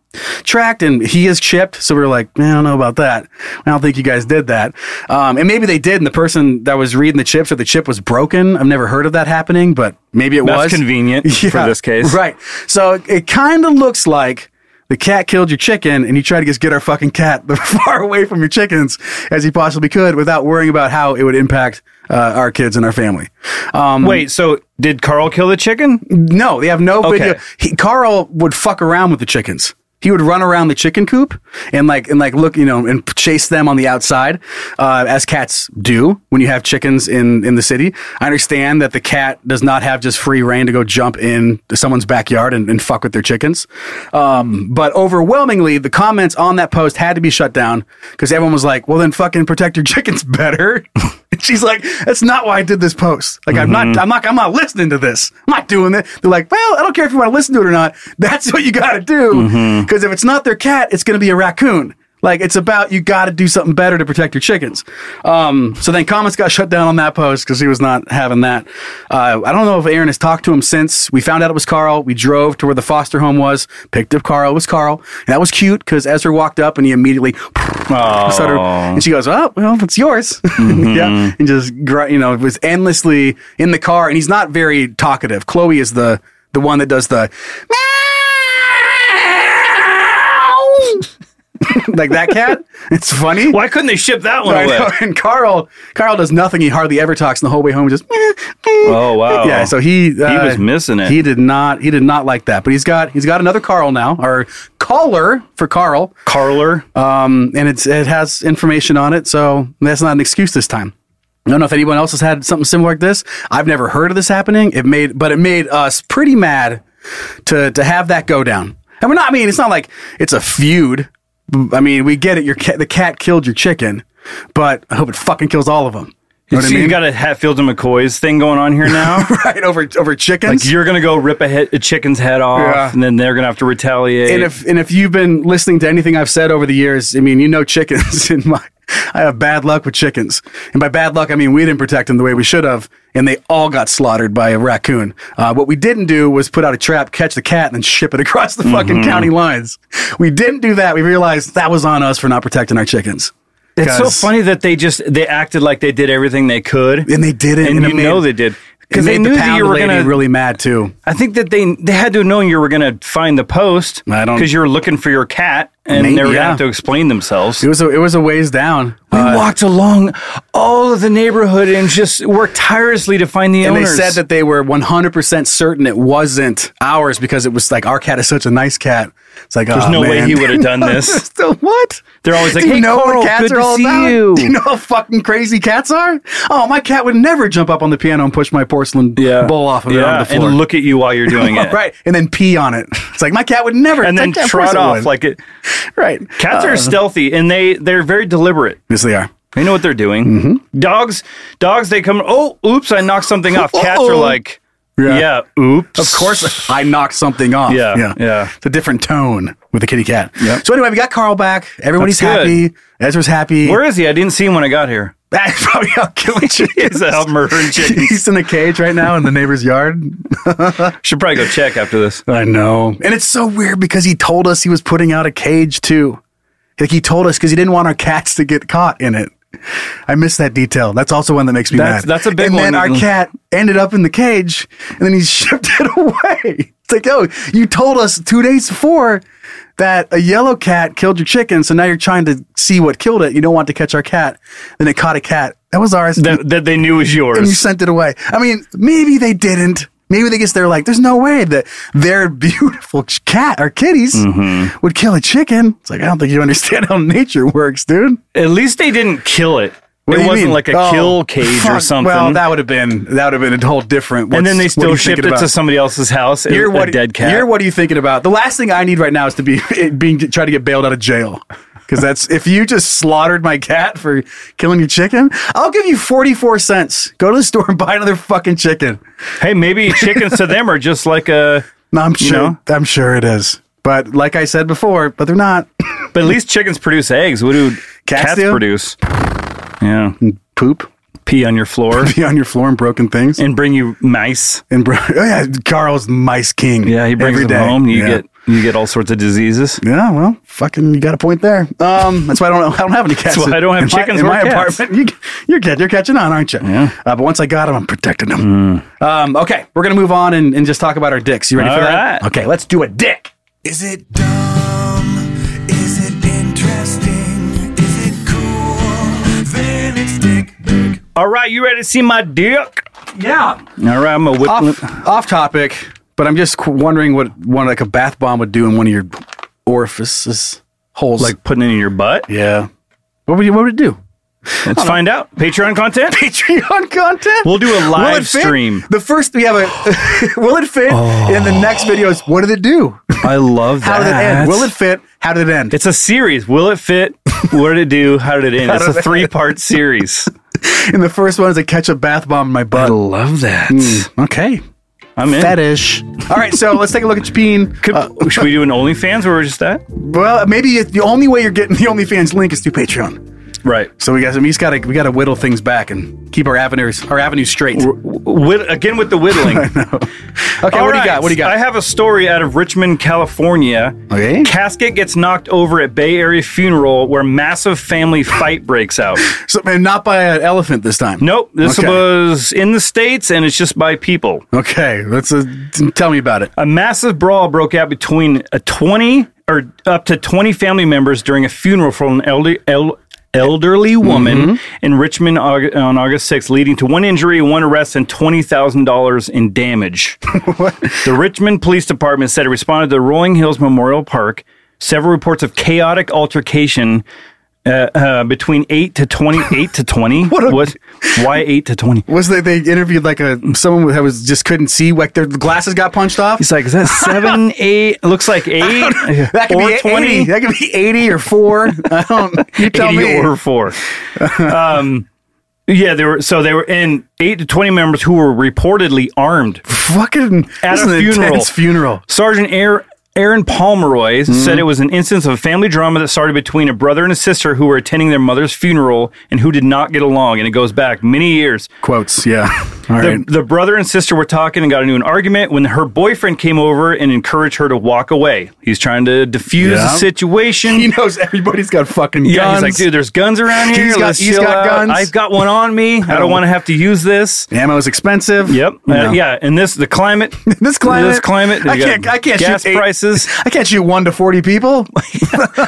tracked, and he is chipped. So we were like, "Eh, I don't know about that. I don't think you guys did that. Um, and maybe they did. And the person that was reading the chips or the chip was broken. I've never heard of that happening, but maybe it That's was convenient [laughs] for this case. Right. So it, it kind of looks like the cat killed your chicken and you tried to just get our fucking cat [laughs] the far away from your chickens as you possibly could without worrying about how it would impact uh, our kids and our family. Um, Wait, so did Carl kill the chicken? no, they have no Okay. video. He, Carl would fuck around with the chickens. He would run around the chicken coop and like and like look, you know, and chase them on the outside, uh, as cats do when you have chickens in in the city. I understand that the cat does not have just free reign to go jump in someone's backyard and, and fuck with their chickens. Um, but overwhelmingly, the comments on that post had to be shut down because everyone was like, "Well, then fucking protect your [laughs] chickens better." [laughs] And She's like, that's not why I did this post. Like, I'm not, I'm not, I'm not listening to this. I'm not doing that. They're like, well, I don't care if you want to listen to it or not. [laughs] That's what you got to do. Because if it's not their cat, it's going to be a raccoon. Like, it's about you got to do something better to protect your chickens. Um, so then comments got shut down on that post because he was not having that. Uh, I don't know if Aaron has talked to him since. We found out it was Carl. We drove to where the foster home was, picked up Carl. It was Carl. And that was cute because Ezra walked up and he immediately started, and she goes, "Oh, well, it's yours." [laughs] Mm-hmm. yeah, and just gr- you know, it was endlessly in the car, and he's not very talkative. Chloe is the the one that does the [laughs] like that cat. It's funny. Why couldn't they ship that one [laughs] I away? know, And Carl, Carl does nothing. He hardly ever talks. And the whole way home, just oh wow. yeah. So he he was missing it. He did not. He did not like that. But he's got he's got another Carl now, or caller for Carl, Carler. um, and it's it has information on it. So that's not an excuse this time. I don't know if anyone else has had something similar like this. I've never heard of this happening. It made, but it made us pretty mad to to have that go down. And we're not. I mean, it's not like it's a feud. I mean, we get it. Your cat, the cat killed your chicken, but I hope it fucking kills all of them. You know what so I you mean? got a Hatfield and McCoy's thing going on here [laughs] now. [laughs] right over over like chickens. you're gonna go rip a, he- a chicken's head off, Yeah. and then they're gonna have to retaliate. and if and if you've been listening to anything I've said over the years, I mean, you know, chickens. [laughs] In my, I have bad luck with chickens, and by bad luck, I mean we didn't protect them the way we should have, and they all got slaughtered by a raccoon. Uh, what we didn't do was put out a trap, catch the cat, and then ship it [laughs] across the fucking county lines. We didn't do that. We realized that was on us for not protecting our chickens. it's so 'Cause- funny that they just they acted like they did everything they could, and they didn't. and, it you made- know they did it because they made knew the that pound you were lady gonna. really mad too. I think that they they had to have known you were gonna find the post I don't- because you were looking for your cat, and Maybe, they were yeah. gonna have to explain themselves. It was a, it was a ways down. We Uh, walked along all of the neighborhood and just worked tirelessly to find the And owners. they said that they were 100% certain it wasn't ours because it was like, our cat is such a nice cat. It's like, There's "Aw, no way man." he would have done [laughs] this. Still, what? They're always like, Do you "Hey, know Carl, what cats good are to all see about? you." [laughs] Do you know how fucking crazy cats are? Oh, my cat would never jump up on the piano and push my porcelain yeah. bowl off of it on the floor. and look at you while you're [laughs] [laughs] doing it, right, and then pee on it. It's like my cat would never. And then It's like, "Yeah, of course trot it off would." like it. right. Cats Uh, are stealthy and they they're very deliberate. yes, they are. They know what they're doing. Mm-hmm. Dogs, dogs, they come. Oh, oops! I knocked something off. Cats are Uh-oh. like, Yeah. yeah, oops. Of course, I knocked something off. Yeah, yeah. It's a different tone with the kitty cat. Yep. So anyway, we got Carl back. Everybody's That's good. happy. Ezra's happy. Where is he? I didn't see him when I got here. That's [laughs] probably [laughs] out killing chickens. He's out murdering chickens. [laughs] He's in a cage right now in the neighbor's yard. Should probably go check after this. I know. And it's so weird because he told us he was putting out a cage too. Like he told us because he didn't want our cats to get caught in it. I miss that detail. That's also one that makes me That's- mad. that's a big and one. then our cat ended up in the cage, and then he [laughs] shipped it away. It's like, yo, you told us two days before that a yellow cat killed your chicken, so now you're trying to see what killed it. You don't want to catch our cat. Then it caught a cat. That was ours. that, that they knew was and you yours. sent it away. I mean, maybe they didn't. Maybe they guess they're like, there's no way that their [laughs] beautiful ch- cat or kitties Mm-hmm. would kill a chicken. It's like, I don't think you understand how nature works, dude. At least they didn't kill it. What do it you wasn't mean? like a Oh, kill cage or fuck. something. Well, that would have been that would have been a whole different. and what's- then they what are still you shipped thinking it about? to somebody else's house. You're a, what? a dead cat. You're what are you thinking about? The last thing I need right now is to be [laughs] being try to get bailed out of jail. Because that's if you just slaughtered my cat for killing your chicken, I'll give you forty four cents. Go to the store and buy another fucking chicken. hey, maybe chickens to them are just like a. No, I'm sure. know? I'm sure it is. But like I said before, but they're not [coughs] But at least chickens produce eggs. What do Cats cats, do? produce? Yeah, poop pee on your [laughs] floor be on your floor and broken things. And, and bring you mice. bro, [laughs] oh yeah, Carl's mice king. Yeah, he brings every them day. home. You Yeah. get you get all sorts of diseases. Yeah, well, fucking, you got a point there. Um, that's why I don't, I [laughs] don't have any cats. why I don't have in my- chickens in or my cats. apartment. You, you're good. You're catching on, aren't you? Yeah. Uh, but once I got them, I'm protecting them. Um, okay, we're gonna move on and, and just talk about our dicks. You ready Mm. All for that? right. Okay, let's do a dick. Is it dumb? Is it interesting? Is it cool? Then it's dick. All right, you ready to see my dick? Yeah. All right, I'm a whip. Off off topic, but I'm just qu- wondering what one like a bath bomb would do in one of your orifices holes. like putting it in your butt. yeah. What would you? What would it do? Let's find out. Patreon [laughs] content. [laughs] Patreon content. We'll do a Will live it fit? stream. The first we have a [laughs] will it fit? And the next video is what did it [laughs] do? I love that. How did it end? Will it fit? How did it end? It's a series. Will it [laughs] fit? What did it do? How did it end? It's did a it- three part series. and the first one is a ketchup bath bomb in my butt. Hmm. love that. Okay. I'm in. Fetish. All right, [laughs] so let's take a look at your peen. Could, should we do an OnlyFans where we're just at? Well, maybe it- the only way you're getting the OnlyFans link is through Patreon. Right. So we got we just gotta we gotta whittle things back and keep our avenues our avenues straight. Whitt- again with the [laughs] whittling. okay, Okay, what do you got? What do you got? I have a story out of Richmond, California. Okay. Casket gets knocked over at Bay Area funeral where massive family fight breaks out. so, and not by an elephant this time. Nope, this Okay. was in the States and it's just by people. Okay, let's uh, t- tell me about it. A massive brawl broke out between a 20 or up to 20 family members during a funeral for an elder, el- elderly Mm-hmm. woman in Richmond Aug- on August 6th, leading to one injury, one arrest, and $20,000 in [laughs] damage. The Richmond Police Department said it responded to the Rolling Hills Memorial Park. Several reports of chaotic altercation uh, uh, between 8 to [laughs] 20. 8 to 20? What a- What- why 8 to 20? Was that they interviewed like a someone that was just couldn't see like their glasses got punched off? He's like, is that [laughs] seven, eight? Looks like eight That could or be 20. 80. That could be 80 or 4. I don't you tell 80 me. or four. um, yeah, there were so they were in eight to twenty members who were reportedly armed. fucking At a this is an funeral. intense funeral. Sergeant Air, Aaron Pomeroy Mm-hmm. said it was an instance of family drama that started between a brother and a sister who were attending their mother's funeral and who did not get along, and it goes back many years. Quotes, yeah. All The, right. the brother and sister were talking and got into an argument when her boyfriend came over and encouraged her to walk away. He's trying to defuse Yeah. the situation. he knows everybody's got fucking guns. Yeah, he's like, dude, there's guns around here. He's got- Let's he's chill got out. guns." I've got one on me. I don't want to have to use this. Ammo's expensive. Yep. Uh, No. yeah. And this, the climate. [laughs] This climate, This climate. I you got can't, I can't Gas shoot eight- [laughs] prices. I can't shoot one to forty people.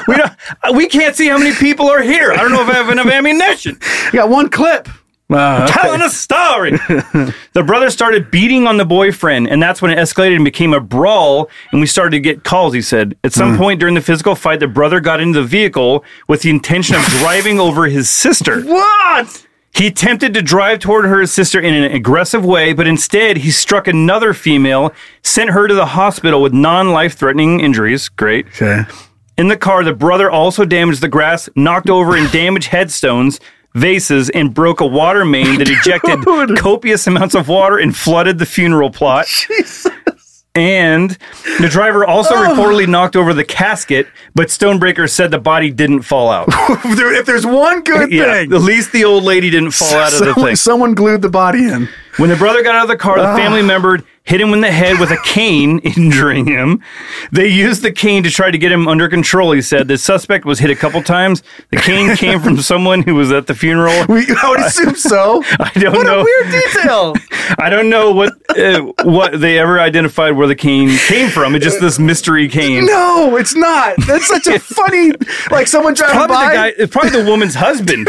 we don't. uh, We can't see how many people are here. I don't know if I have enough [laughs] ammunition. I got one clip. Uh, Telling a story. [laughs] the brother started beating on the boyfriend, and that's when it escalated and became a brawl. And we started to get calls. He said at Mm. some point during the physical fight, the brother got into the vehicle with the intention of driving over his sister. what? He attempted to drive toward her sister in an aggressive way, but instead he struck another female, sent her to the hospital with non life threatening injuries. Great. Okay. [laughs] In the car, the brother also damaged the grass, knocked over and damaged headstones, vases, and broke a water main that ejected copious amounts of water and flooded the funeral plot. And the driver also reportedly knocked over the casket, but Stonebreaker said the body didn't fall out. If, there- if there's one good yeah, thing, at least the old lady didn't fall out of the someone, thing. someone glued the body in. Ah. When the brother got out of the car, the family member hit him in the head with a cane, [laughs] injuring him. They used the cane to try to get him under control, he said. The suspect was hit a couple times. The cane came [laughs] from someone who was at the funeral. We, [laughs] I would assume so. [laughs] I don't what know. a weird [laughs] detail. I don't know what uh, what they ever identified where the cane came from. It's just this mystery cane. no, it's not. That's such [laughs] a funny. Like someone driving Probably by. the guy. It's probably the woman's [laughs] husband.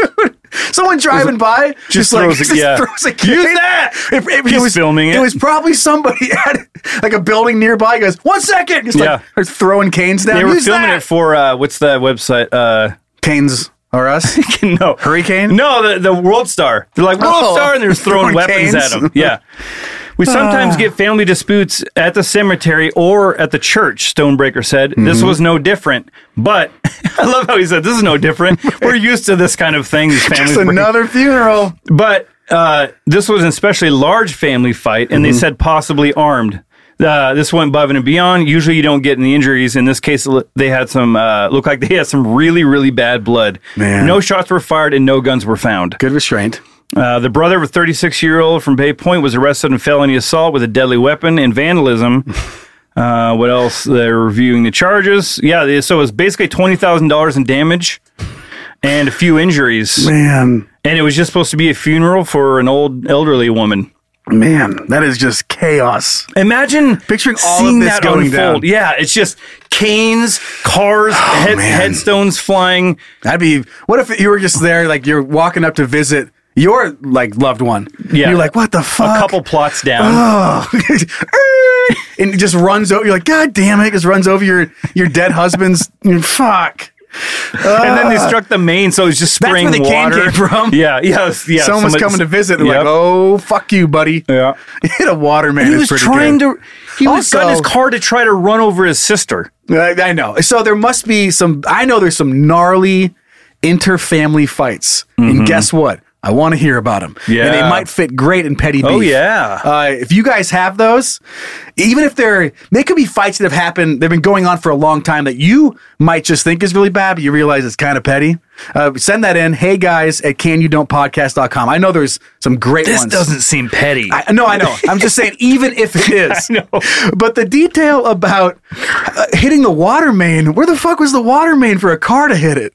Someone driving by just, throws a- like, just yeah. throws a Use kid. that! If, if He's filming There it. was probably somebody [laughs] at like a building nearby. Goes one second. Just like Yeah. throwing canes down. They were Use filming that! it for uh, what's that website? Uh, canes [laughs] are us. no, Hurricane? No, the, the World Star. They're like World Oh. Star, and they're just throwing [laughs] Throwing weapons canes. at them. Yeah. We Ah. sometimes get family disputes at the cemetery or at the church, Stonebreaker said. This Mm-hmm. was no different. But [laughs] I love how he said, This is no [laughs] different. We're used to this kind of thing. These families Just break- another funeral. But uh, this was an especially large family fight, and they said possibly armed. Uh, this went above and beyond. Usually, you don't get any injuries. In this case, l- they had some uh, look like they had some really, really bad blood. Man. No shots were fired, and no guns were found. Good restraint. Uh, the brother of a 36 year old from Bay Point was arrested on felony assault with a deadly weapon and vandalism. Uh, what else? They're reviewing the charges. Yeah, they- so it was basically twenty thousand dollars in damage and a few injuries. Man, And it was just supposed to be a funeral for an old elderly woman. man, that is just chaos. Imagine Picturing all seeing of this that going unfold. down. Oh, Yeah, it's just canes, cars, head, man. headstones flying. That'd be. What if you were just there, like you're walking up to visit your like loved one? Yeah. You're like, what the fuck? A couple plots down. [laughs] Oh. and it just runs over. You're like, God damn it! It just runs over your your dead husband's. [laughs] fuck. and then they struck the main, so it's just That's where spraying the cane water. came [laughs] from. Yeah, yeah, it's- yeah. Someone was somebody- coming to visit. They're Yep. like, oh fuck you, buddy. Yeah. [laughs] Hit a water man. he is was pretty trying good. to. He was got in his Also- car to try to run over his sister. I, I know. So there must be some. I know there's some gnarly inter-family fights, and guess what? I want to hear about them. and they Mm-hmm. Yeah. might fit great in petty beef. Oh, yeah. Uh, if you guys have those, even if they're they could be fights that have happened, they've been going on for a long time that you might just think is really bad, but you realize it's kind of petty. Uh, send that in. Hey guys at canyoudon'tpodcast.com. I know there's some great This ones. doesn't seem petty. I, no, I know. I'm just saying, even if it is. [laughs] I know. But the detail about uh, hitting the water main, where the fuck was the water main for a car to hit it?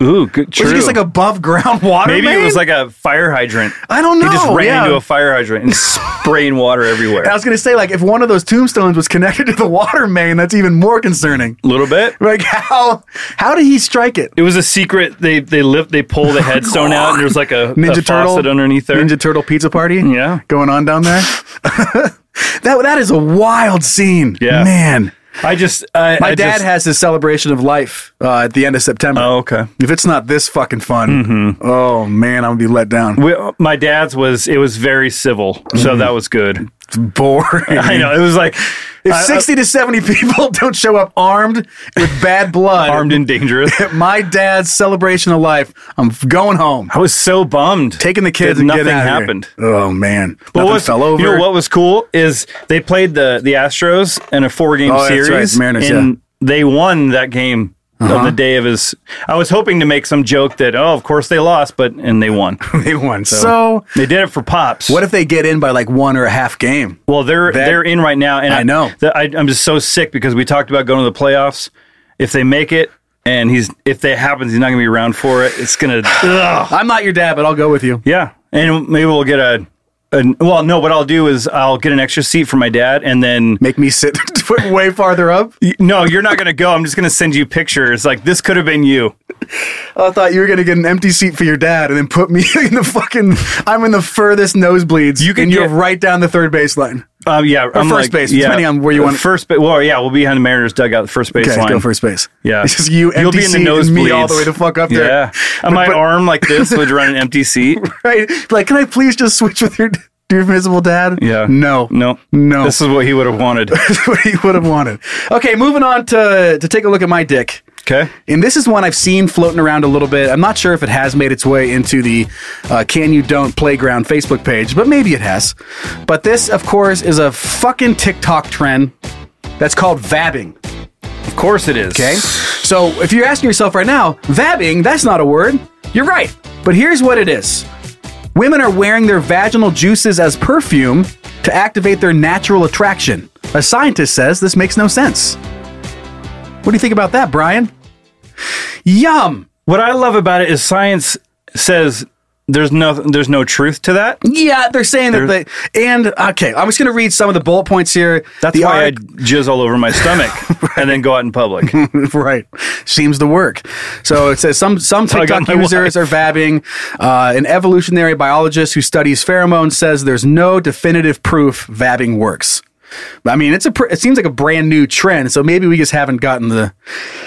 Ooh, good, true. Was it just like above ground water Maybe main? it was like a fire hydrant. I don't know. He just ran yeah. into a fire hydrant and [laughs] spraying water everywhere. I was going to say, like, if one of those tombstones was connected [laughs] to the water main, that's even more concerning. a little bit. Like, how how did he strike it? It was a secret. They they lift they pull [laughs] the headstone out and there's like a Oh, Ninja a Turtle faucet underneath there. Ninja Turtle pizza party. Yeah. going on down there. [laughs] that that is a wild scene. Yeah. man. I just I, My I dad just- has his celebration of life uh, at the end of September. Oh, okay. Mm-hmm. If it's not this fucking fun, oh man, I'm gonna be let down. we, my dad's was it was very civil, so that was good. Mm-hmm. It's boring. [laughs] I know it was like If I- I- 60 to 70 [laughs] people don't show up armed with bad blood, armed and dangerous. [laughs] at my dad's celebration of life, I'm f- going home, I was so bummed. taking the kids that and nothing getting out of here. happened. Oh man, But nothing what- fell over. You know what was cool is they played the the Astros in a four game Oh, that's right, series, Mariners, Uh-huh. and they won that game on the day of his. I was hoping to make some joke that oh, of course they lost, but and they [laughs] won. they won. So, they did it for pops. what if they get in by like one or a half game? Well, they're That- they're in right now, and I know. the- I, I'm just so sick because we talked about going to the playoffs. If they make it, and he's if that happens, he's not going to be around for it. It's gonna. ugh. I'm not your dad, but I'll go with you. Yeah, and maybe we'll get a. an well, no. What I'll do is I'll get an extra seat for my dad, and then Make me sit [laughs] way farther up. no, you're not gonna go. I'm just gonna send you pictures. Like this could have been you. I thought you were gonna get an empty seat for your dad, and then put me [laughs] in the fucking. I'm in the furthest nosebleeds. You could and you're get- right down the third baseline. Um, yeah, I'm first like, base, yeah, depending on where you uh, want it. First base. Well, yeah, we'll be behind the Mariners dugout, first base Okay, line. go first base. Yeah, [laughs] it's just you. Empty You'll be in the seat and nosebleeds me all the way the fuck up there. [laughs] Yeah, But- my but- arm like this would run an empty [laughs] seat. Right? Like, can I please just switch with your [laughs] your invisible dad? Yeah. No. No. No. This is what he would have wanted. [laughs] That's what he would have wanted. Okay, moving on to to take a look at my dick. Okay. And this is one I've seen floating around a little bit. I'm not sure if it has made its way into the uh, Can You Don't Playground Facebook page, but maybe it has. But this, of course, is a fucking TikTok trend that's called vabbing. Of course it is. Okay. So if you're asking yourself right now, vabbing, that's not a word. You're right. But here's what it is women are wearing their vaginal juices as perfume to activate their natural attraction. A scientist says this makes no sense. What do you think about that, Brian? Yum. What I love about it is science says there's no there's no truth to that. Yeah, they're saying that There's- they. And okay, I'm just going to read some of the bullet points here. That's The why artic- I jizz all over [laughs] my stomach and then go out in public. right. Seems to work. So it says some some how I got TikTok my users are wife. vabbing. Uh, an evolutionary biologist who studies pheromones says there's no definitive proof vabbing works. I mean, it's a pr- it seems like a brand new trend. So maybe we just haven't gotten the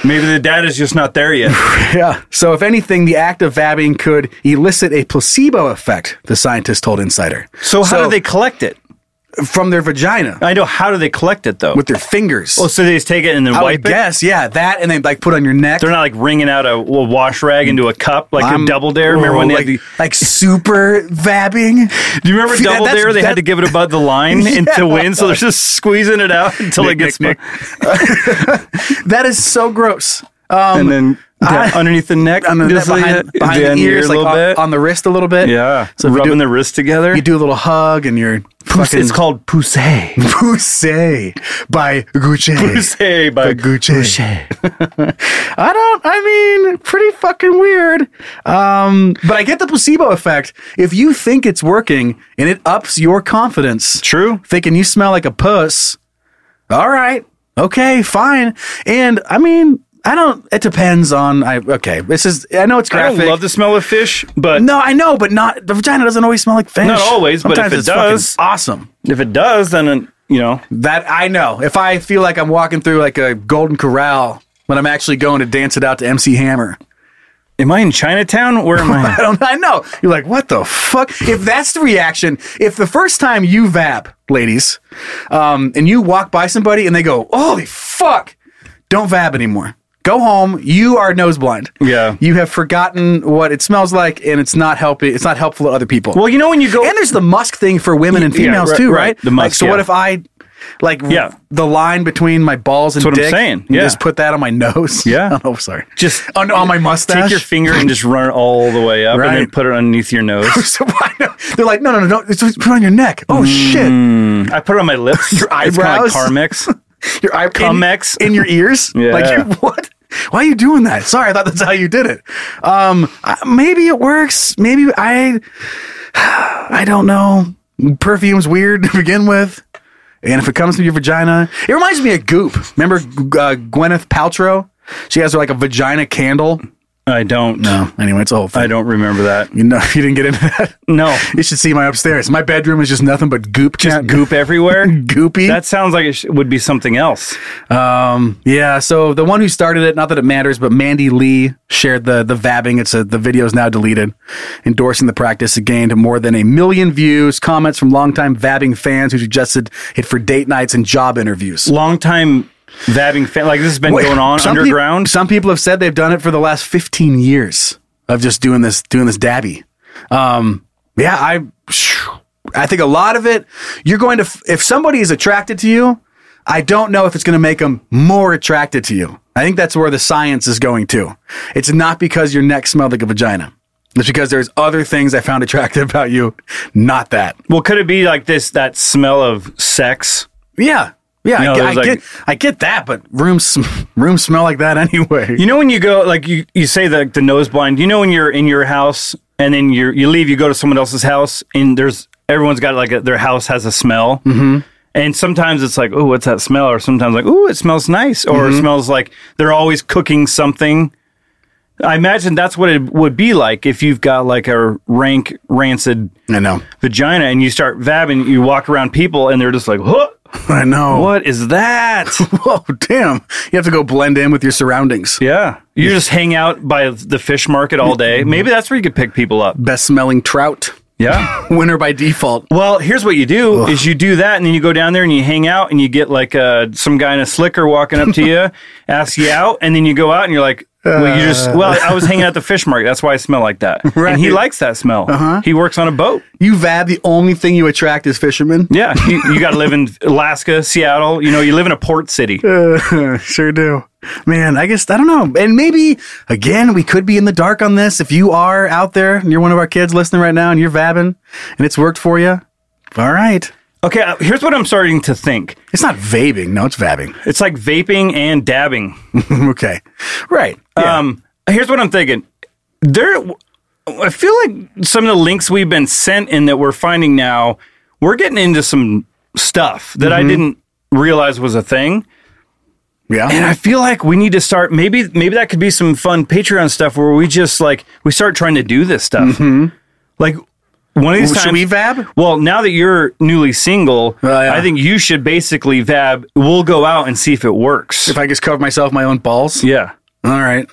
Maybe the data's just not there yet. yeah. So if anything, the act of vabbing could elicit a placebo effect. The scientist told Insider. So how do they collect it? from their vagina I know how do they collect it though? with their fingers? oh, so they just take it and then I wipe would it. guess, yeah, that, and then like put on your neck. They're not like wringing out a, a wash rag into a cup like I'm- a double dare. Remember Oh, when they like, had the, like super vabbing? Do you remember See, that- Double that's- Dare? They that- had to give it above the line and [laughs] Yeah. to win, so they're just squeezing it out until it Nick, gets Nick, That is so gross. and Um, then down underneath the neck, and then just like behind, that, behind down the here ears, a like little on, bit. on the wrist a little bit. yeah, So if you rubbing do, the wrist together. you do a little hug, and you're Pousse- [laughs] fucking. it's [laughs] called pousse. Pousse by [laughs] Gucci. Pousse by Gucci. [laughs] I don't. I mean, pretty fucking weird. Um, but I get the placebo effect. If you think it's working and it ups your confidence, True. Thinking you smell like a puss. All right. Okay. Fine. And I mean, I don't. It depends on. I okay. This is. I know it's I graphic. don't love the smell of fish, but No, I know, but not the vagina doesn't always smell like fish. Not always, but if it it's fucking does- awesome. if it does, then uh, you know That I know. If I feel like I'm walking through like a golden corral when I'm actually going to dance it out to MC Hammer. Am I in Chinatown? Where am [laughs] I I? don't I know. You're like, what the fuck? If that's the reaction, if the first time you vap, ladies, um, and you walk by somebody and they go, Holy fuck, don't vap anymore. Go home. You are nose blind. Yeah. You have forgotten what it smells like and it's not helping it's not helpful to other people. well, you know when you go and there's the musk thing for women and Yeah, females right, too, right. right? The Like, musk, so what yeah. if I like r- Yeah. the line between my balls and That's what I'm dick? saying, and yeah. just put that on my [laughs] nose. Yeah. oh, sorry. just on, on my mustache. take your finger and just run it all the way up, and then Right. put it underneath your nose. [laughs] So why not? They're like, no, no, no, no. It's just put it on your neck. Oh I put it on my lips. [laughs] Your eyebrows? It's kind of like [laughs] Carmex. shit! Your eye Comex. in, in your ears. [laughs] Yeah. Like you, [laughs] what? Why are you doing that? Sorry, I thought that's how you did it. Um, I- maybe it works. Maybe I, [sighs] I don't know. Perfume's weird [laughs] to begin with, and if it comes to your vagina, it reminds me of Goop. Remember uh, Gwyneth Paltrow? She has like a vagina candle. I don't know. No, anyway, it's a whole thing. I don't remember that. You know, [laughs] you didn't get into [laughs] that. [laughs] No, You should see my upstairs. My bedroom is just nothing but goop. just can- goop everywhere. [laughs] Goopy. That sounds like it sh- would be something else. Um, yeah, so the one who started it, not that it matters, but Mandy Lee shared the the vabbing. It's a, the video is now deleted, endorsing the practice. It gained more than a million views, comments from longtime vabbing fans who suggested it for date nights and job interviews. Long time vabbing fan. Like this has been going on Some peop- underground. some people have said they've done it for the last 15 years of just doing this doing this dabby. Um, yeah, I I think a lot of it you're going to f- if somebody is attracted to you, I don't know if it's going to make them more attracted to you. I think that's where the science is going to. It's not because your neck smelled like a vagina. It's because there's other things I found attractive about you, not that. well, could it be like this? That smell of sex. Yeah. Yeah, You know, I, ge- there's I like- get I get that, but rooms [laughs] sm- rooms smell like that anyway. You know when you go like you, you say the the nose blind. You know when you're in your house and then you you leave, you go to someone else's house and there's everyone's got like a, their house has a smell. Mm-hmm. And sometimes it's like, oh, what's that smell? Or sometimes like, oh, it smells nice, or Mm-hmm. it smells like they're always cooking something. I imagine that's what it would be like if you've got like a rank rancid I know. vagina and you start vabbing, you walk around people and they're just like, huh, I know. what is that? [laughs] Whoa, damn. You have to go blend in with your surroundings. yeah. You just hang out by the fish market all day. Maybe that's where you could pick people up. Best smelling trout. [laughs] Yeah. Winner by default. Well, here's what you do is you do that and then you go down there and you hang out and you get like uh, some guy in a slicker walking up to you, asks you out, and then you go out and you're like, well, you just well, I was hanging out at the fish market. That's why I smell like that. Right. And he likes that smell. Uh-huh. He works on a boat. You vab, the only thing you attract is fishermen. Yeah, you, you got to live in Alaska, Seattle. You know, you live in a port city. sure do. Man, I guess, I don't know. And maybe, again, we could be in the dark on this. If you are out there and you're one of our kids listening right now and you're vabbing and it's worked for you, all right. Okay, uh, here's what I'm starting to think. It's not vaping. No, it's vabbing. [laughs] It's like vaping and dabbing. okay. Right. Yeah. Um, here's what I'm thinking. There, I feel like some of the links we've been sent and that we're finding now, we're getting into some stuff that I didn't realize was a thing. And yeah. I feel like we need to start. Maybe, maybe that could be some fun Patreon stuff where we just like we start trying to do this stuff. Like one of these Well, Mm-hmm. should times, we vab? Oh, Well, now that you're newly single, yeah. I think you should basically vab. We'll go out and see if it works. If I just cover myself in my own balls. yeah. All right.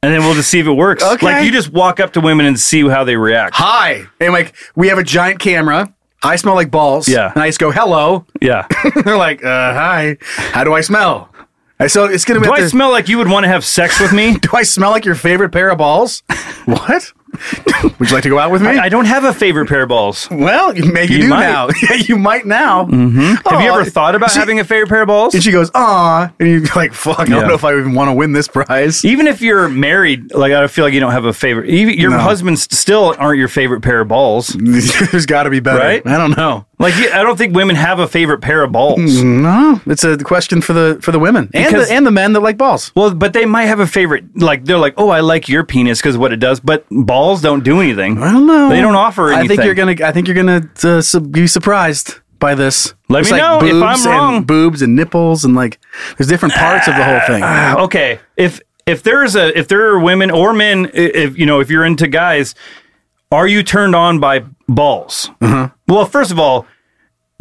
and then we'll just see if it works. Okay. Like you just walk up to women and see how they react. Hi. And like we have a giant camera. I smell like balls. Yeah. And I just go, hello. [laughs] Yeah. They're like, uh, hi. How do I smell? I so it's gonna be Do at I the- smell like you would want to have sex with me? [laughs] Do I smell like your favorite pair [laughs] of balls? what? [laughs] Would you like to go out with me? I, I don't have a favorite pair of balls. well, you may you, You do might. Mm-hmm. now. [laughs] yeah, you might now. Have you Aw. ever thought about She- having a favorite pair of balls? And she goes, "Aw," and you're like, "Fuck, I don't Yeah. know if I even want to win this prize." Even if you're married, like I feel like you don't have a favorite. Even your No. husbands still aren't your favorite pair of balls, [laughs] There's got to be better. right? I don't know. Like you, I don't think women have a favorite pair of balls. Mm-hmm. No, it's a question for the for the women and Because- the, and the men that like balls. Well, but they might have a favorite. Like they're like, oh, I like your penis because what it does. But balls don't do anything. I don't know. They don't offer anything. I think you're gonna. I think you're gonna uh, sub- be surprised by this. Let It's me know if I'm boobs wrong. And boobs and nipples and like, there's different parts of the whole thing. okay if if there's a if there are women or men i- if you know if you're into guys are you turned on by balls Mm-hmm. well first of all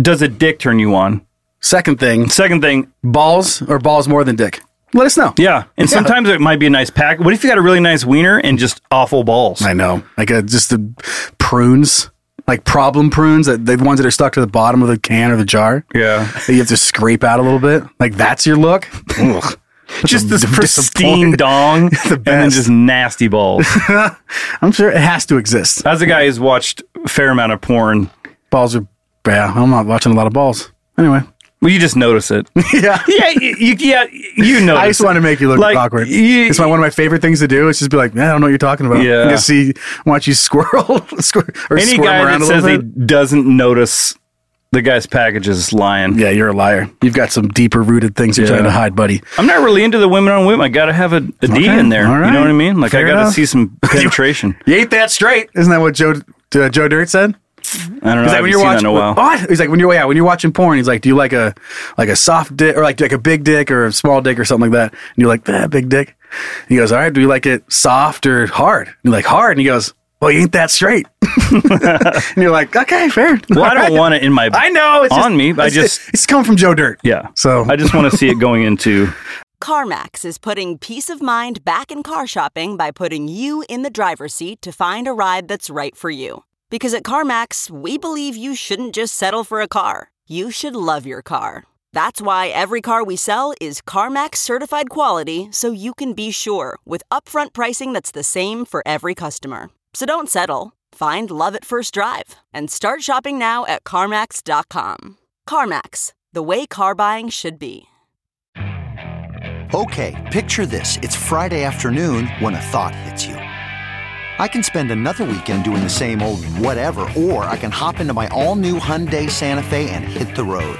does a dick turn you on Second thing, second thing balls or balls more than dick. Let us know. yeah and sometimes it might be a nice pack what if you got a really nice wiener and just awful balls I know. Like uh, just the prunes, like problem prunes, that the ones that are stuck to the bottom of the can or the jar. yeah That you have to scrape out a little bit. Like that's your look. Ugh. just [laughs] this I'm pristine disappointed. [laughs] dong and then best. just nasty balls [laughs] I'm sure it has to exist. as a guy who's watched a fair amount of porn Balls are. Yeah, I'm not watching a lot of balls. Anyway. well you just notice it [laughs] Yeah. yeah you, yeah you know [laughs] I just want to make you look Like, awkward. you- it's my, one of my favorite things to do. It's just be like, "Yeah, I don't know what you're talking about. Yeah. And just see, watch you squirrel, [laughs] squir- or Any squirm guy around that a says little he bit. doesn't notice the guy's package is lying. yeah, you're a liar. You've got some deeper rooted things you're Yeah. trying to hide, buddy. I'm not really into the women on women. I gotta have a, a D in there. all You know right. what I mean? Like Fair I gotta enough. see [laughs] some penetration. You ain't that straight. Isn't that what Joe uh, Joe Dirt said? I don't know. He's I like haven't when seen you're that watching in a while. What? He's like when you're yeah, when you're watching porn, he's like, Do you like a like a soft dick or like like a big dick or a small dick or something like that? And you're like, ah, big dick. And he goes, All right, do you like it soft or hard? And you're like, hard. And he goes, Well, you ain't that straight. [laughs] and you're like, Okay, fair. Well, I All don't [laughs] right." want it in my. I know it's on just- me. but I it's- just it's come from Joe Dirt. yeah. So I just want to see it going into. CarMax is putting peace of mind back in car shopping by putting you in the driver's seat to find a ride that's right for you. Because at CarMax, we believe you shouldn't just settle for a car, you should love your car. That's why every car we sell is CarMax certified quality so you can be sure with upfront pricing that's the same for every customer. So don't settle. Find love at first drive and start shopping now at CarMax.com. CarMax, the way car buying should be. Okay, picture this. It's Friday afternoon when a thought hits you. I can spend another weekend doing the same old whatever, or I can hop into my all new Hyundai Santa Fe and hit the road.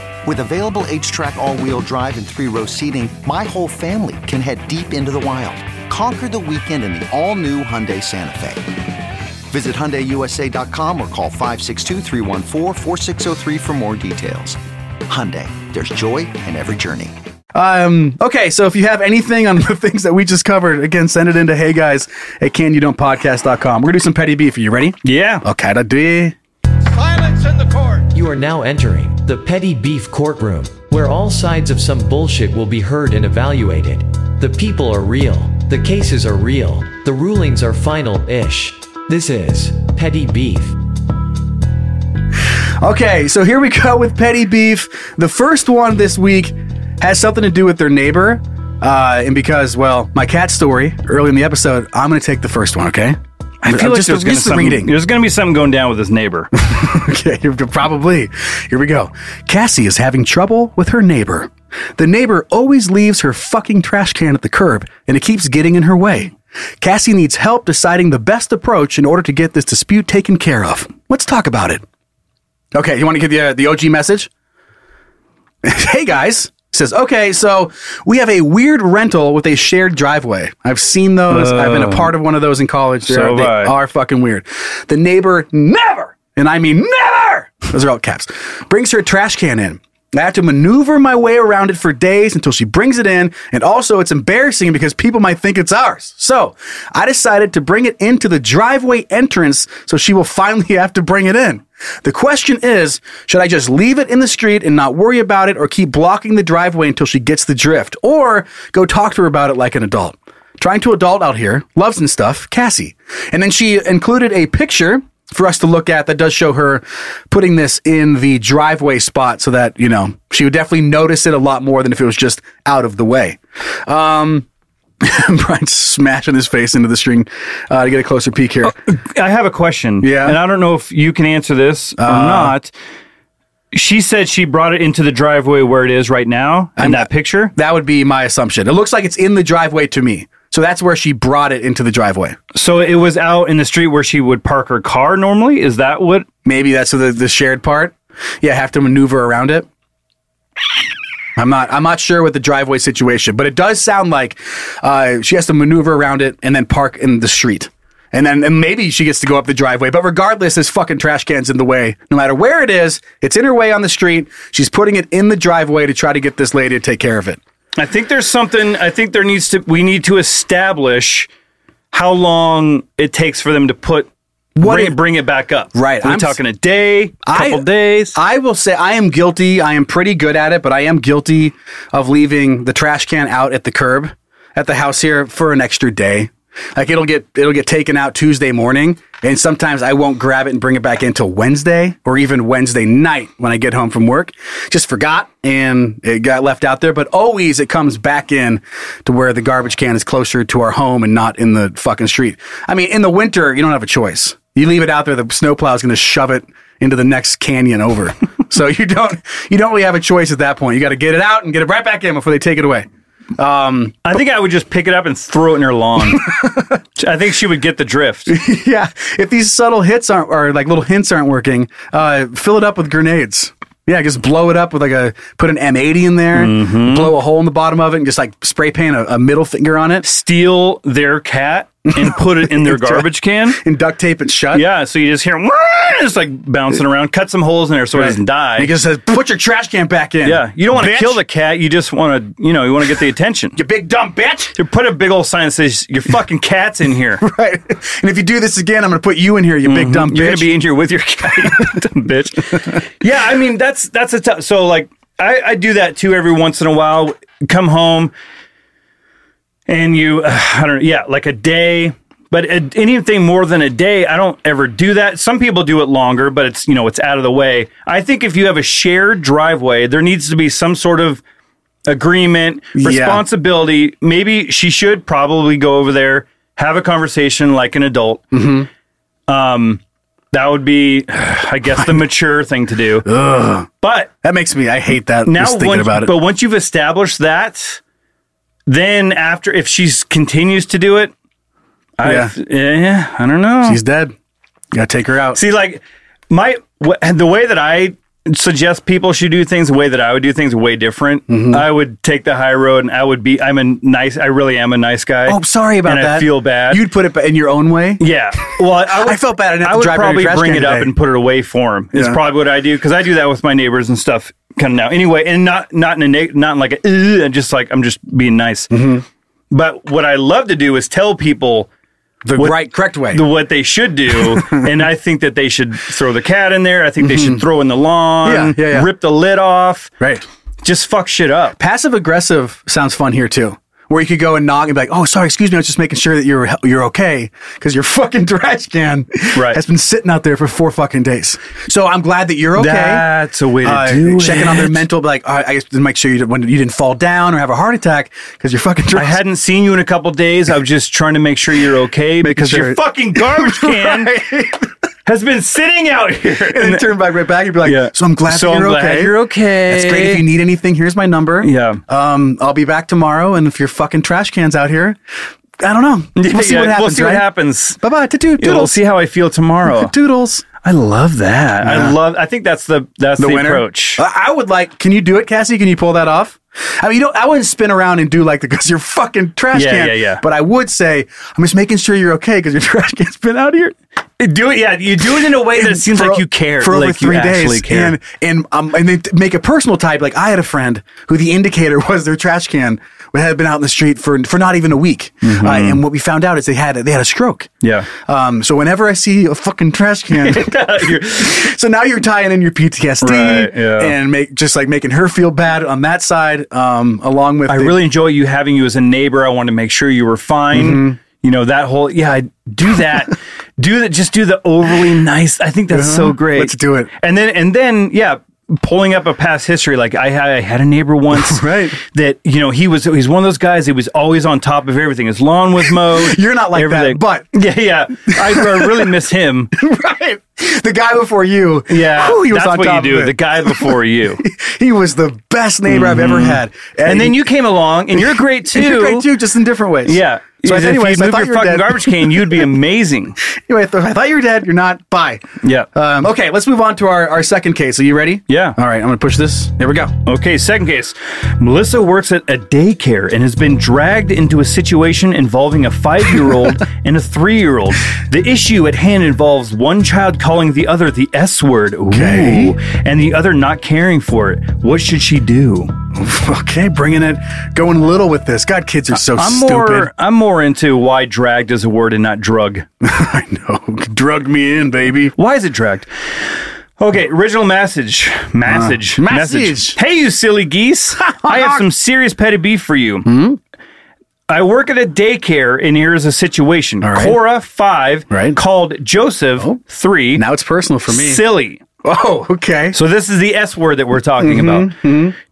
With available H track, all wheel drive, and three row seating, my whole family can head deep into the wild. Conquer the weekend in the all new Hyundai Santa Fe. Visit HyundaiUSA.com or call 562-314-4603 for more details. Hyundai, there's joy in every journey. Um, okay, so if you have anything on [laughs] the things that we just covered, again, send it into hey guys at canyoudon'tpodcast.com. We're gonna do some petty beef for you. Ready? Yeah. Okay, da do. Silence in the court. You are now entering the Petty Beef Courtroom, where all sides of some bullshit will be heard and evaluated. The people are real, the cases are real, the rulings are final ish. This is Petty Beef. Okay, so here we go with petty beef. The first one this week has something to do with their neighbor. Uh, and because, well, my cat story early in the episode, I'm going to take the first one, okay? I feel I'm like just, there's just gonna some- reading. There's going to be something going down with his [laughs] neighbor. okay, you're probably. Here we go. Cassie is having trouble with her neighbor. The neighbor always leaves her fucking trash can at the curb and it keeps getting in her way. Cassie needs help deciding the best approach in order to get this dispute taken care of. Let's talk about it. Okay, you want to give the, uh, the OG message? [laughs] hey guys. Says, okay, so we have a weird rental with a shared driveway. I've seen those. I've been a Oh. part of one of those in college. They're- So have they I. are fucking weird. The neighbor never, and I mean never, those are all caps, brings her trash can in. I have to maneuver my way around it for days until she brings it in, and also it's embarrassing because people might think it's ours. So I decided to bring it into the driveway entrance so she will finally have to bring it in. The question is should I just leave it in the street and not worry about it, or keep blocking the driveway until she gets the drift, or go talk to her about it like an adult? trying to adult out here, loves and stuff, Cassie. And then she included a picture for us to look at that does show her putting this in the driveway spot so that, you know, she would definitely notice it a lot more than if it was just out of the way. Um, [laughs] Brian's smashing his face into the string uh, to get a closer peek here. I have a question. Yeah. Uh-huh. And I don't know if you can answer this or not. She said she brought it into the driveway where it is right now in that picture. That would be my assumption. It looks like it's in the driveway to me. So that's where she brought it into the driveway. So it was out in the street where she would park her car normally. Is that what? Maybe that's the, the shared part. Yeah, have to maneuver around it. I'm not. I'm not sure with the driveway situation, but it does sound like uh, she has to maneuver around it and then park in the street, and then and maybe she gets to go up the driveway. But regardless, this fucking trash can's in the way. No matter where it is, it's in her way on the street. She's putting it in the driveway to try to get this lady to take care of it. I think there's something. I think there needs to. We need to establish how long it takes for them to put. What bring, if- bring it back up. Right, Are we I'm s- talking a day, couple days. I will say I am guilty. I am pretty good at it, but I am guilty of leaving the trash can out at the curb at the house here for an extra day. Like it'll get it'll get taken out Tuesday morning, and sometimes I won't grab it and bring it back in till Wednesday or even Wednesday night when I get home from work. Just forgot and it got left out there. But always it comes back in to where the garbage can is closer to our home and not in the fucking street. I mean, in the winter you don't have a choice. You leave it out there, the snowplow is going to shove it into the next canyon [laughs] over. so you don't you don't really have a choice at that point. You got to get it out and get it right back in before they take it away. Um, I think I would just pick it up and throw it in her [laughs] lawn. I think she would get the drift. [laughs] yeah, if these subtle hits aren't or like little hints aren't working, uh, fill it up with grenades. Yeah, just blow it up with like a put an M80 in there, blow a hole in the bottom of it, and just like spray paint a, a middle finger on it Steal their cat and put it [laughs] in their garbage can. and duct tape it shut. Yeah, so you just hear 'em, "Wah!" it's like bouncing around. Cut some holes in there so it doesn't die. And it just says, "Put your trash can back in." yeah, you don't want to bitch. kill the cat. You just want to, you know, you want to get the attention. you big dumb bitch. You put a big old sign that says "Your fucking cat's in here." [laughs] Right, and if you do this again, I'm gonna put you in here, you big [laughs] dumb bitch. You're gonna be in here with your cat, [laughs] you dumb [laughs] bitch. Yeah, I mean that's that's a tough. So like I, I do that too every once in a while. Come home and you, [sighs] I don't know, yeah, like a day. But a, anything more than a day, I don't ever do that. Some people do it longer, but it's you know it's out of the way. I think if you have a shared driveway, there needs to be some sort of agreement, responsibility. Maybe she should probably go over there, have a conversation like an adult. Um, that would be, [sighs] I guess, the mature thing to do. But That makes me. I hate that. now, just thinking once- about it. but once you've established that, then after, if she continues to do it, I, Yeah. yeah. I don't know. She's dead. You gotta take her out. See, like my wh- the way that I suggest people should do things, the way that I would do things, way different. Mm-hmm. I would take the high road, and I would be. I'm a nice. I really am a nice guy. oh, sorry about and that. I feel bad. You'd put it in your own way. yeah. Well, I, would, I felt bad. I didn't have I to would drive by your probably trash bring can it up today. and put it away for him. Is Yeah. probably what I do because I do that with my neighbors and stuff. Kind of now, anyway, and not not in a neg- not in like a "Ugh," and just like I'm just being nice. Mm-hmm. But what I love to do is tell people The what- right, correct way. the- what they should do. [laughs] and I think that they should throw the cat in there. I think they should throw in the lawn, Mm-hmm. Yeah, yeah, yeah. rip the lid off, right. just fuck shit up. Passive aggressive sounds fun here too. where you could go and knock and be like, "Oh, sorry, excuse me, I was just making sure that you're you're okay because your fucking trash can Right. has been sitting out there for four fucking days." So I'm glad that you're okay. That's a way to Uh, do Checking on their it. mental, like all right, I just make sure you didn't, when you didn't fall down or have a heart attack because you're fucking. I Trash hadn't seen you in a couple days. I was just trying to make sure you're okay because sure- your fucking [laughs] garbage can has been sitting out here. and then turn back right back and be like, Yeah. "So I'm glad So that I'm you're glad okay. you're okay. That's great. If you need anything, here's my number. Yeah. Um, I'll be back tomorrow, and if your fucking trash cans out here, I don't know. We'll [laughs] [laughs] see Yeah, what happens. We'll see what right? happens. Bye bye. Toodles. Yeah, we'll see how I feel [laughs] tomorrow. Toodles. I love that. Yeah. Uh, I love. I think that's the that's the, approach. I I would like. Can you do it, Cassie? Can you pull that off? I mean, you don't. I wouldn't spin around and do like the because you're fucking trash Yeah, can. yeah, yeah. But I would say I'm just making sure you're okay because your [laughs] trash can's been out here. Do it. Yeah, you do it in a way that it seems for- like you care. for over like three you actually days, care. and and um, and then t- make a personal type. Like I had a friend who the indicator [laughs] was their trash can had been out in the street for for not even a week, uh, and what we found out is they had they had a stroke. Mm-hmm. Yeah. Um. So whenever I see a fucking [laughs] trash can, so now you're tying in your PTSD Right, yeah. and make just like making her feel bad on that side, um, along with I the- really enjoy you having you as a neighbor. I want to make sure you were fine. Mm-hmm. You know that whole yeah. I do [laughs] that. do that. Just do the overly nice. I think that's so Uh-huh. great. Let's do it. And then and then yeah. Pulling up a past history, like I had, I had a [laughs] neighbor once Right. that you know he was he's one of those guys that was always on top of everything. His lawn was mowed. [laughs] You're not like that, everything. but- [laughs] yeah, yeah, I, I really miss him. [laughs] right. The guy before you, [laughs] Yeah, whew, he was that's on what top you do. of The it. guy before [laughs] you, he was the best neighbor I've ever had, Mm-hmm. and then you came along, and you're great too. [laughs] You're great too, just in different ways. Yeah. So if anyways, you I moved thought your you were fucking dead. garbage [laughs] can, you'd [laughs] be amazing. Anyway, I, th- I thought you were dead. You're not. Bye. Yeah. Um, okay, let's move on to our, our second case. Are you ready? Yeah. All right, I'm going to push this. There we go. [laughs] Okay, second case. Melissa works at a daycare and has been dragged into a situation involving a five year [laughs] old and a three year old. The issue at hand involves one child calling the other the S word, ooh, Okay. and the other not caring for it. What should she do? Okay, bringing it, going little with this. God, kids are so I'm stupid. more I'm more into why dragged is a word and not drug. [laughs] I know. Drugged me in, baby. Why is it dragged? Okay, original message. Message. Uh, message. message. Hey, you silly [laughs] geese. I have some serious petty beef for you. Hmm? I work at a daycare, and here is a situation. right. Cora, five, Right. Oh. called Joseph, three, Now it's personal for me. silly. oh, okay. Mm-hmm. So this is the S word that we're talking about.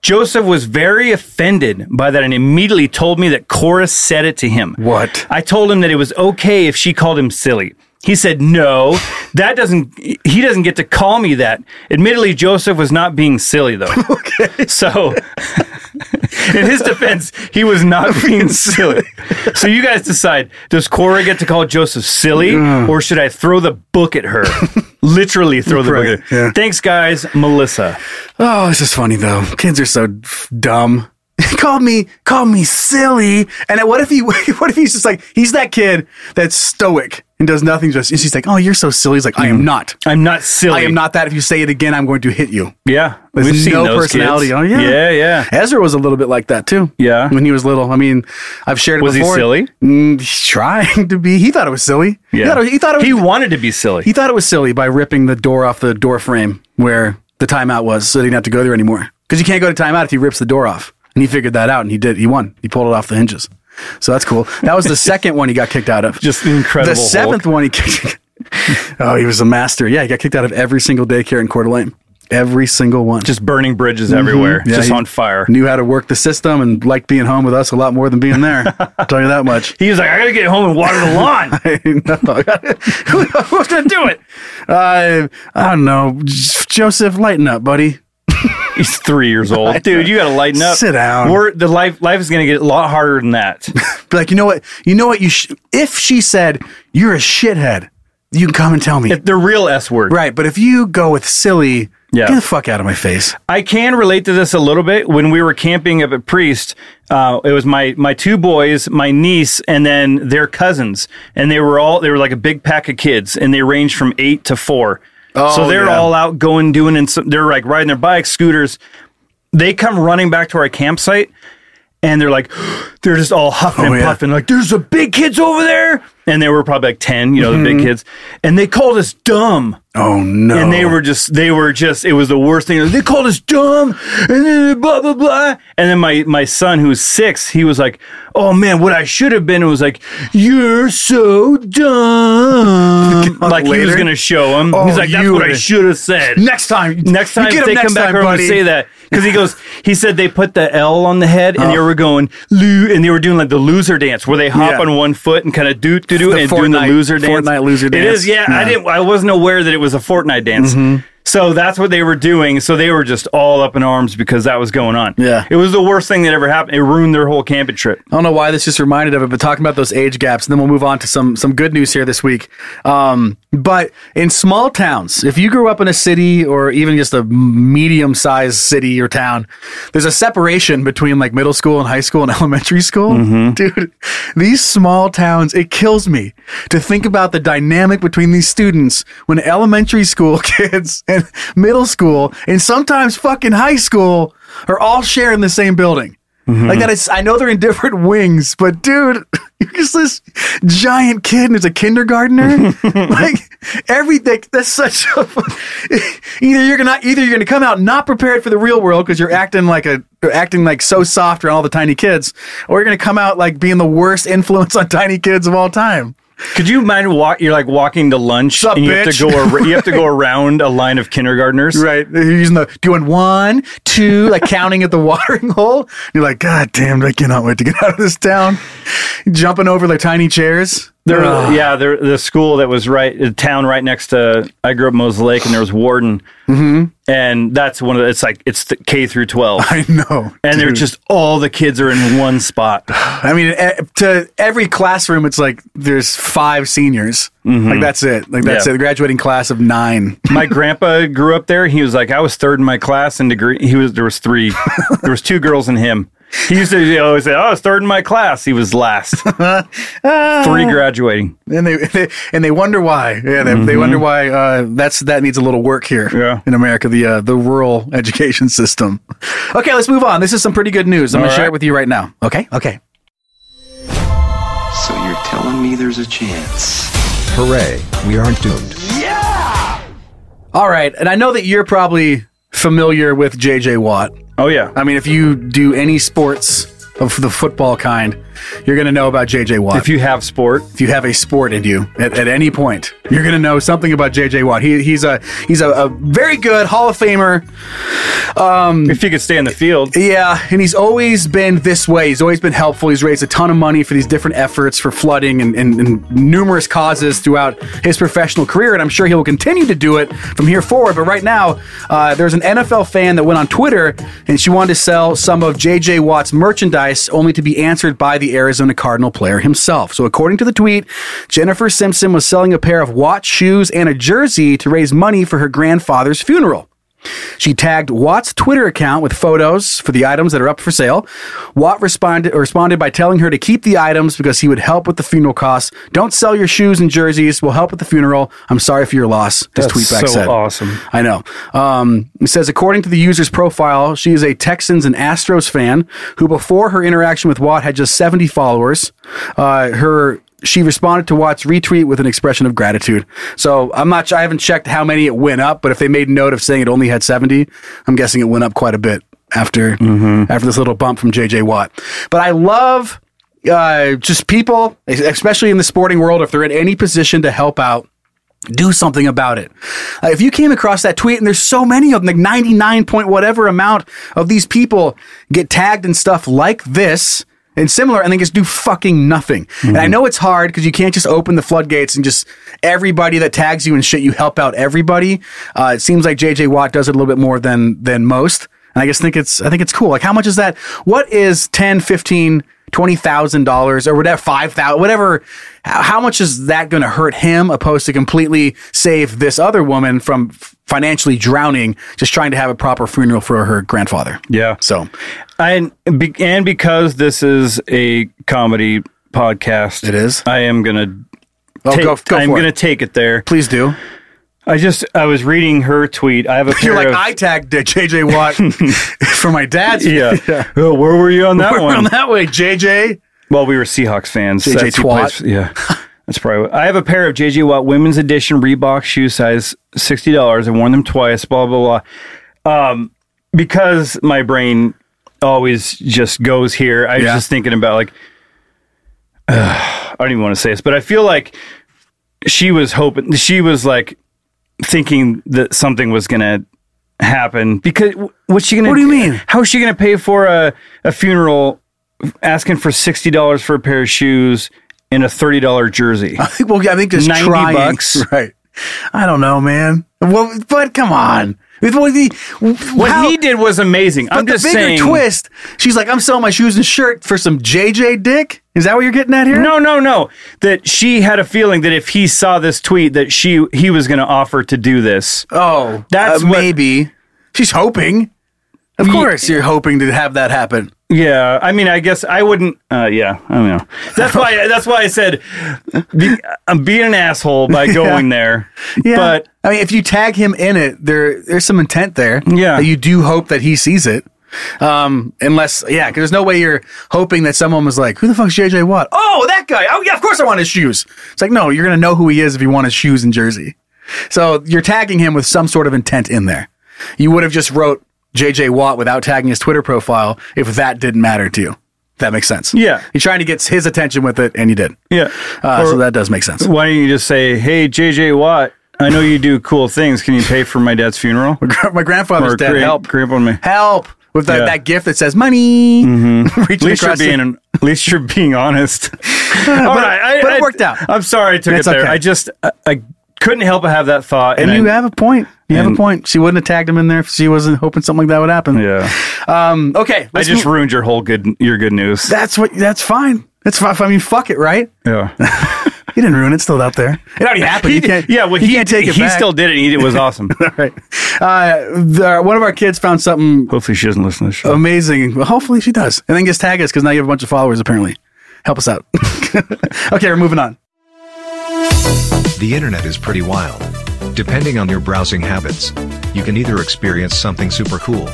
Joseph was very offended by that and immediately told me that Cora said it to him. What? I told him that it was okay if she called him silly. He said, "No, that doesn't he doesn't get to call me that." Admittedly, Joseph was not being silly though. [laughs] okay. So [laughs] in his defense, he was not being silly. So you guys decide, does Cora get to call Joseph silly or should I throw the book at [laughs] her? Literally throw the Right, book at her. yeah. Thanks guys, Melissa. Oh, this is funny though. Kids are so f- dumb. [laughs] He called me, called me silly. And then what if he, [laughs] what if he's just like, he's that kid that's stoic and does nothing. Just and she's like, oh, you're so silly. He's like, I Mm. am not. I'm not silly. I am not that. If you say it again, I'm going to hit you. Yeah. There's We've seen no those personality. kids. Oh yeah, Yeah, yeah. Ezra was a little bit like that too. Yeah. when he was little. I mean, I've shared. It Was he before. silly? Mm, he's trying [laughs] to be. He thought it was silly. He thought it, he thought it was. He wanted to be silly. he thought it was silly by ripping the door off the door frame where the timeout was, so he didn't have to go there anymore. Because you can't go to timeout if he rips the door off. And he figured that out, and he did. He won. He pulled it off the hinges. So that's cool. [laughs] That was the second one he got kicked out of. Just the incredible The seventh one he kicked. [laughs] oh, he was a master. Yeah, he got kicked out of every single daycare in Coeur d'Alene. Every single one. just burning bridges everywhere, Mm-hmm. Yeah, just he on fire. Knew how to work the system and liked being home with us a lot more than being [laughs] there. I'll tell you that much. He was like, I gotta get home and water the [laughs] lawn. I know. Who's gonna do it? Uh, I don't know. Joseph, lighten up, buddy. He's three years [laughs] old, dude. You gotta lighten up. Sit down. We're, the life life is gonna get a lot harder than [laughs] that. Be like, you know what? You know what? You sh- if she said you're a shithead, you can come and tell me. If the real S word. right, but if you go with silly, Yeah. get the fuck out of my face. I can relate to this a little bit. When we were camping up at Priest, uh, it was my my two boys, my niece, and then their cousins, and they were all they were like a big pack of kids, and they ranged from eight to four. Oh, so they're yeah. all out going doing and some, they're like riding their bikes, scooters. They come running back to our campsite, and they're like, [gasps] they're just all huffing Oh, and yeah. puffing, like, "There's the big kids over there," and they were probably like 10, you know, the Mhm. big kids. And they called us dumb. Oh no. And they were just, they were just, it was the worst thing. They called us dumb and then blah, blah, blah. And then my, my son, who's six, he was like, oh man, what I should have been was like, you're so dumb. like he was later? going to show him. Oh, He's like, that's you what I were- should have said. Next time. Next time You get if him they next come back time, around buddy. and say that. Because he goes, he said they put the L on the head and they Oh. were going, loo, and they were doing like the loser dance where they hop Yeah. on one foot and kind of do, do, do, The and doing the Fortnite- loser dance. Fortnite loser It is, dance. yeah. I Yeah. Mm-hmm. didn't, I wasn't aware that it was a Fortnite dance. So that's what they were doing. So they were just all up in arms because that was going on. Yeah. It was the worst thing that ever happened. It ruined their whole camping trip. I don't know why this just reminded of it, but talking about those age gaps, and then we'll move on to some some good news here this week. Um, but in small towns, if you grew up in a city or even just a medium sized city or town, there's a separation between like middle school and high school and [laughs] elementary school. Dude, these small towns, it kills me to think about the dynamic between these students when elementary school [laughs] kids and middle school and sometimes fucking high school are all sharing the same building. Like that is, I know they're in different [laughs] wings, but dude, [laughs] you're just this giant kid and it's a kindergartner. like everything, that's such a. [laughs] either you're gonna either you're gonna come out not prepared for the real world because you're acting like a you're acting like so soft around all the tiny kids, or you're gonna come out like being the worst influence [laughs] on tiny kids of all time. Could you mind walk? You're like walking to lunch, Sup, and you have bitch? to go. Ar- you have [laughs] to go around a line of kindergartners. Right, you're using the doing one, two, like counting at the [laughs] watering hole. You're like, God damn, I cannot wait to get out of this town. Jumping over like tiny chairs. There, Ugh. yeah, there, the school that was right, the town right next to. I grew up in Moses Lake, and there was Warden, and that's one of. The, it's like it's the K through twelve, I know. and they're dude. just all the kids are in one spot. I mean, e- to every classroom, it's like there's five seniors. Like that's it. Like that's Mm-hmm. Yeah. it. The graduating class of nine. My grandpa grew up there. He was like, I was third in my class in degree. He was there was three, there was two girls and him. He used to always say, "Oh, I was third in my class." He was last, three graduating. And they, [laughs] they and they wonder why. Yeah, they, they wonder why. Uh, that's that needs a little work here. Mm-hmm. Yeah. in America, the uh, the rural [laughs] education system. Okay, let's move on. This is some pretty good news. I'm All gonna share right. it with you right now. Okay, okay. So you're telling me there's a chance? Hooray, we aren't doomed. All right, and I know that you're probably familiar with JJ Watt. Oh yeah, I mean, if you do any sports of the football kind, you're going to know about JJ Watt. If you have sport, if you have a sport in you at, at any point, you're going to know something about JJ Watt. He, he's a he's a, a very good Hall of Famer. Um, if you could stay in the field, yeah, and he's always been this way. He's always been helpful. He's raised a ton of money for these different efforts for flooding and, and, and numerous causes throughout his professional career, and I'm sure he will continue to do it from here forward. But right now, uh, there's an NFL fan that went on Twitter and she wanted to sell some of JJ Watt's merchandise, only to be answered by the Arizona Cardinal player himself. So, according to the tweet, Jennifer Simpson was selling a pair of Watt shoes and a jersey to raise money for her grandfather's funeral. She tagged Watt's Twitter account with photos for the items that are up for sale. Watt responded responded by telling her to keep the items because he would help with the funeral costs. Don't sell your shoes and jerseys. We'll help with the funeral. I'm sorry for your loss. This That's tweet back so said. awesome. I know. Um, it says according to the user's profile, she is a Texans and Astros fan who, before her interaction with Watt, had just 70 followers. Uh, her she responded to Watt's retweet with an expression of gratitude. So I'm not. I haven't checked how many it went up, but if they made note of saying it only had 70, I'm guessing it went up quite a bit after after this little bump from JJ Watt. But I love uh, just people, especially in the sporting world, if they're in any position to help out do something about it. Uh, if you came across that tweet, and there's so many of them, like 99 point whatever amount of these people get tagged in stuff like this and similar, and they just do fucking nothing. And I know it's hard because you can't just open the floodgates and just everybody that tags you and shit, you help out everybody. Uh, it seems like JJ Watt does it a little bit more than than most. And I just think it's I think it's cool. Like how much is that? What is 10, 15, twenty thousand dollars or whatever five thousand whatever how how much is that going to hurt him opposed to completely save this other woman from f- financially drowning just trying to have a proper funeral for her grandfather yeah. so And be, and because this is a comedy podcast, it is. I am gonna. Oh, take- go- go I'm for it. gonna take it there. please do I just I was reading her tweet. I have a pair [laughs] you're like of. i tagged uh, jj watt for my [laughs] dad's [laughs] yeah. Oh, where were you on that We're one? on that way jj Well, we were Seahawks fans. JJ That's who Twat. [laughs] plays- yeah. That's probably. I have a pair of JJ Watt Women's Edition Reebok shoe size sixty dollars. I worn them twice. Blah blah blah. Um, because my brain always just goes here. I was Yeah. just thinking about like. I don't even want to say this, but I feel like she was hoping. She was like thinking that something was gonna happen because what's she gonna? What do you mean? How is she gonna pay for a a funeral? Asking for sixty dollars for a pair of shoes and a thirty dollar jersey. [laughs] I think, well, I think just 90 trying. bucks. [laughs] Right. I don't know, man. Well, but come on. With What, the, What how- he did was amazing. but I'm the just bigger saying. twist, she's like, I'm selling my shoes and shirt for some JJ dick. Is that what you're getting at here? No, no, no. That she had a feeling that if he saw this tweet, that she he was going to offer to do this. Oh, That's what- maybe. She's hoping. Of Ye- course, you're hoping to have that happen. Yeah, I mean, I guess I wouldn't. Uh, yeah, I don't know. That's [laughs] why. That's why I said be, I'm being an asshole [laughs] by going there. Yeah. But I mean, if you tag him in it, there there's some intent there. Yeah. that you do hope that he sees it. Um, unless, yeah, 'cause there's no way you're hoping that someone was like, "Who the fuck's JJ Watt?" Oh, that guy. Oh, yeah, of course I want his shoes. It's like, no, you're gonna know who he is if you want his shoes and jersey. So you're tagging him with some sort of intent in there. You would have just wrote JJ Watt without tagging his Twitter profile if that didn't matter to you. If that makes sense. Yeah. you're trying to get his attention with it, and you did. yeah, Uh, Or so that does make sense. why don't you just say, "Hey, JJ Watt, I know you do cool things. Can you pay for my dad's funeral?" [laughs] My grandfather's Or dead. creep- Help. creep on me. help with that, Yeah. that gift that says money. At [laughs] Reaching least you're across the- being, at least you're being [laughs] honest. [laughs] All right, but it worked out. I'm sorry I took That's it there. okay. I just I, I couldn't help but have that thought. and you I- have a point. You have a and- point. She wouldn't have tagged him in there if she wasn't hoping something like that would happen. yeah. Um, okay. I let's just move- ruined your whole good your good news. that's what. That's fine. That's fine. I mean, fuck it, right? yeah. He didn't ruin it. It's still [laughs] out there. It already happened. You can't, yeah, well, you he can't take it He back. still did it. and He, [laughs] it was awesome. All right. Uh, the, one of our kids found something Hopefully, she doesn't listen to this show. amazing. Well, hopefully she does. And then gets tag us because now you have a bunch of followers, apparently. Help us out. [laughs] okay, we're moving on. The internet is pretty wild. Depending on your browsing habits, you can either experience something super cool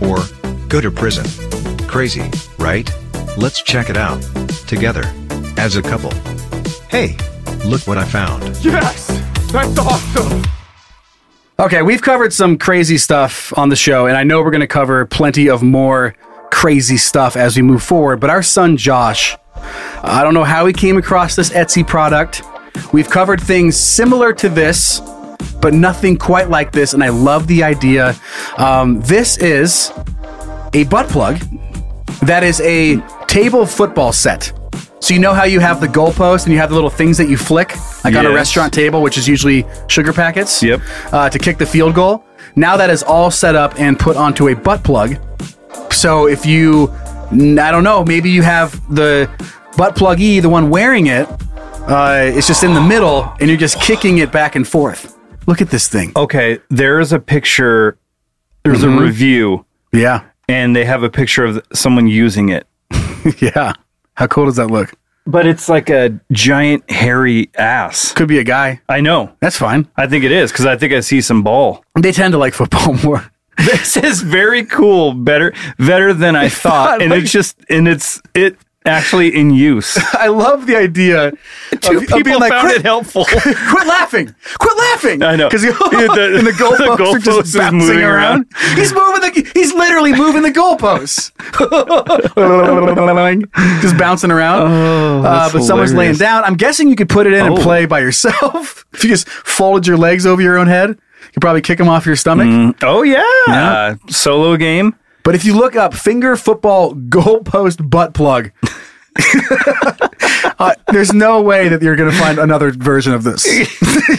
or go to prison. Crazy, right? Let's check it out together as a couple. Hey, look what I found. Okay, we've covered some crazy stuff on the show, and I know we're going to cover plenty of more crazy stuff as we move forward. But our son Josh, I don't know how he came across this Etsy product. We've covered things similar to this, but nothing quite like this, and I love the idea. Um, this is a butt plug that is a table football set. So you know how you have the goalpost and you have the little things that you flick, like on a Yes. restaurant table, which is usually sugar packets. Yep. Uh, to kick the field goal. Now that is all set up and put onto a butt plug. So if you, n- I don't know, maybe you have the butt plug E, the one wearing it. Uh, it's just in the middle, and you're just kicking it back and forth. Look at this thing. Okay, there is a picture. There's a review, Yeah, [laughs] and they have a picture of someone using it. yeah. How cool does that look? But it's like a giant hairy ass. Could be a guy. I know. That's fine. I think it is because I think I see some ball. [laughs] They tend to like football [laughs] more. This is very cool. Better, better than [laughs] I thought. And it's just, and it's it actually in [laughs] use. I love the idea. Two of- of people being like, found "Quit- it [laughs] helpful. [laughs] Quit laughing! Quit laughing! I know. [laughs] because Yeah, the- [laughs] and the goalposts the are goalpost just is bouncing moving around. He's moving the. He's literally moving the goalposts, [laughs] just bouncing around. uh, but someone's laying Oh, hilarious. down. I'm guessing you could put it in and Oh. play by yourself [laughs] if you just folded your legs over your own head. You could probably kick them off your stomach. oh yeah, Uh, solo game. But if you look up finger football goalpost butt [laughs] plug, uh, there's no way that you're going to find another version of this.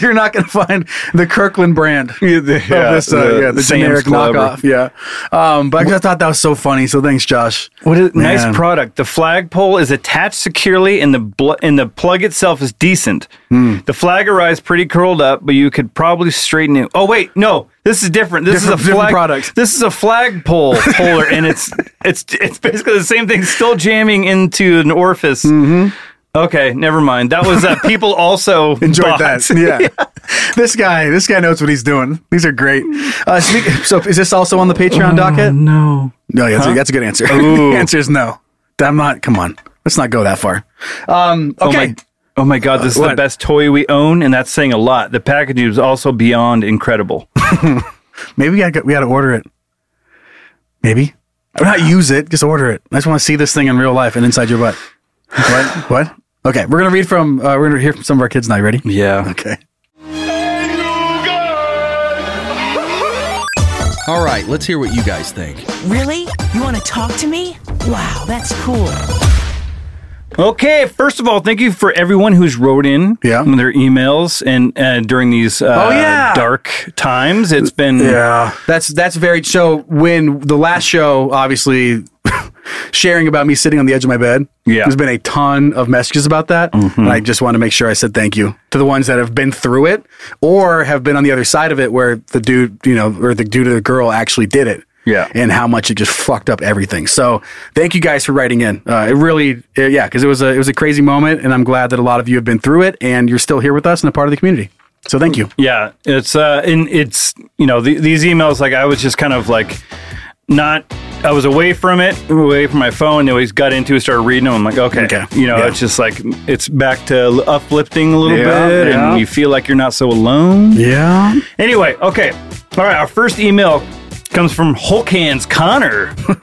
[laughs] you're not going to find the Kirkland brand Yeah, the- yeah, of this, uh, the yeah, the Sam's generic Club or- knockoff. Yeah. Um, but I just thought that was so funny. So thanks, Josh. What a nice Man. product. The flagpole is attached securely, and the bl- and the plug itself is decent. Hmm. The flag arrives pretty curled up, but you could probably straighten it. Oh wait, no, this is different. This Different- is a different flag product. This is a [laughs] flagpole holder, and it's it's it's basically the same thing, still jamming into an orifice. Mm-hmm. Okay, never mind. That was [laughs] uh, people also Enjoyed bought. that. Yeah. [laughs] [laughs] This guy, this guy knows what he's doing. These are great. Uh, speak, so is this also on the Patreon docket? No. No, that's, a, that's a good [laughs] answer. the answer is no. I'm not. Come on, let's not go that far. Um, okay, my- Oh my God, this is the What? best toy we own, and that's saying a lot. The packaging is also beyond incredible. Maybe we got we got to order it. Maybe or not use it. Just order it. I just want to see this thing in real life and inside your butt. What? what? Okay, we're gonna read from. Uh, we're gonna hear from some of our kids now. You ready? Yeah. Okay. All right, let's hear what you guys think. Really? You want to talk to me? Wow, that's cool. Okay, first of all, thank you for everyone who's wrote in yeah. their emails and uh, during these uh, Oh, yeah. dark times. It's been Yeah, that's that's very. So when the last show, obviously, [laughs] sharing about me sitting on the edge of my bed. Yeah. there's been a ton of messages about that, and I just want to make sure I said thank you to the ones that have been through it or have been on the other side of it, where the dude, you know, or the dude or the girl actually did it. Yeah. and how much it just fucked up everything. So thank you guys for writing in. Uh, it really, uh, yeah, because it was a it was a crazy moment, and I'm glad that a lot of you have been through it and you're still here with us and a part of the community. So thank you. Yeah, it's uh, and it's you know the, these emails. Like I was just kind of like not. I was away from it, away from my phone. Always got into it, started reading them. I'm like, okay, you know, Yeah. it's just like it's back to l- uplifting a little Yeah, bit, yeah. and you feel like you're not so alone. Yeah. Anyway, okay, all right. Our first email comes from Hulk Hands Connor. [laughs]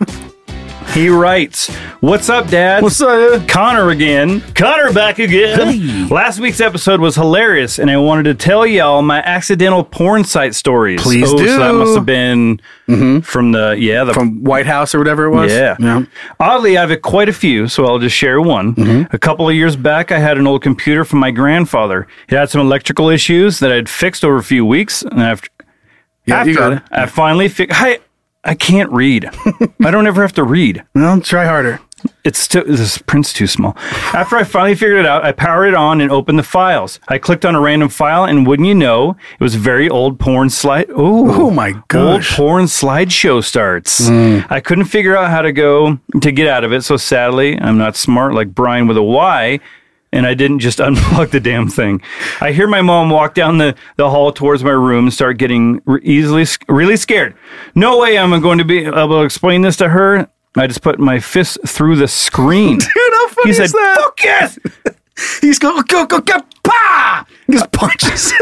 He writes, What's up, Dad? What's up? Connor again. Connor back again. Last week's episode was hilarious, and I wanted to tell y'all my accidental porn site stories. Please oh, So that do. must have been from the, yeah, the, from White House or whatever it was. Yeah. Oddly, I've had quite a few, so I'll just share one. Mm-hmm. A couple of years back, I had an old computer from my grandfather. It had some electrical issues that I'd fixed over a few weeks, and after, Yeah, you got it. after I finally fixed. I, I can't read. I don't ever have to read. Well, try harder. It's too, this print's too small. After I finally figured it out, I powered it on and opened the files. I clicked on a random file, and wouldn't you know, it was very old porn slide. Oh, oh my gosh. Old porn slideshow starts. Hmm. I couldn't figure out how to go to get out of it, so sadly, I'm not smart like Brian with a Y. And I didn't just [laughs] unplug the damn thing. I hear my mom walk down the, the hall towards my room and start getting re- easily sc- really scared. No way am I going to be able to explain this to her. I just put my fist through the screen. [laughs] Dude, how funny He said, is that? Fuck yes! He's go go go go pa! He just punches. [laughs]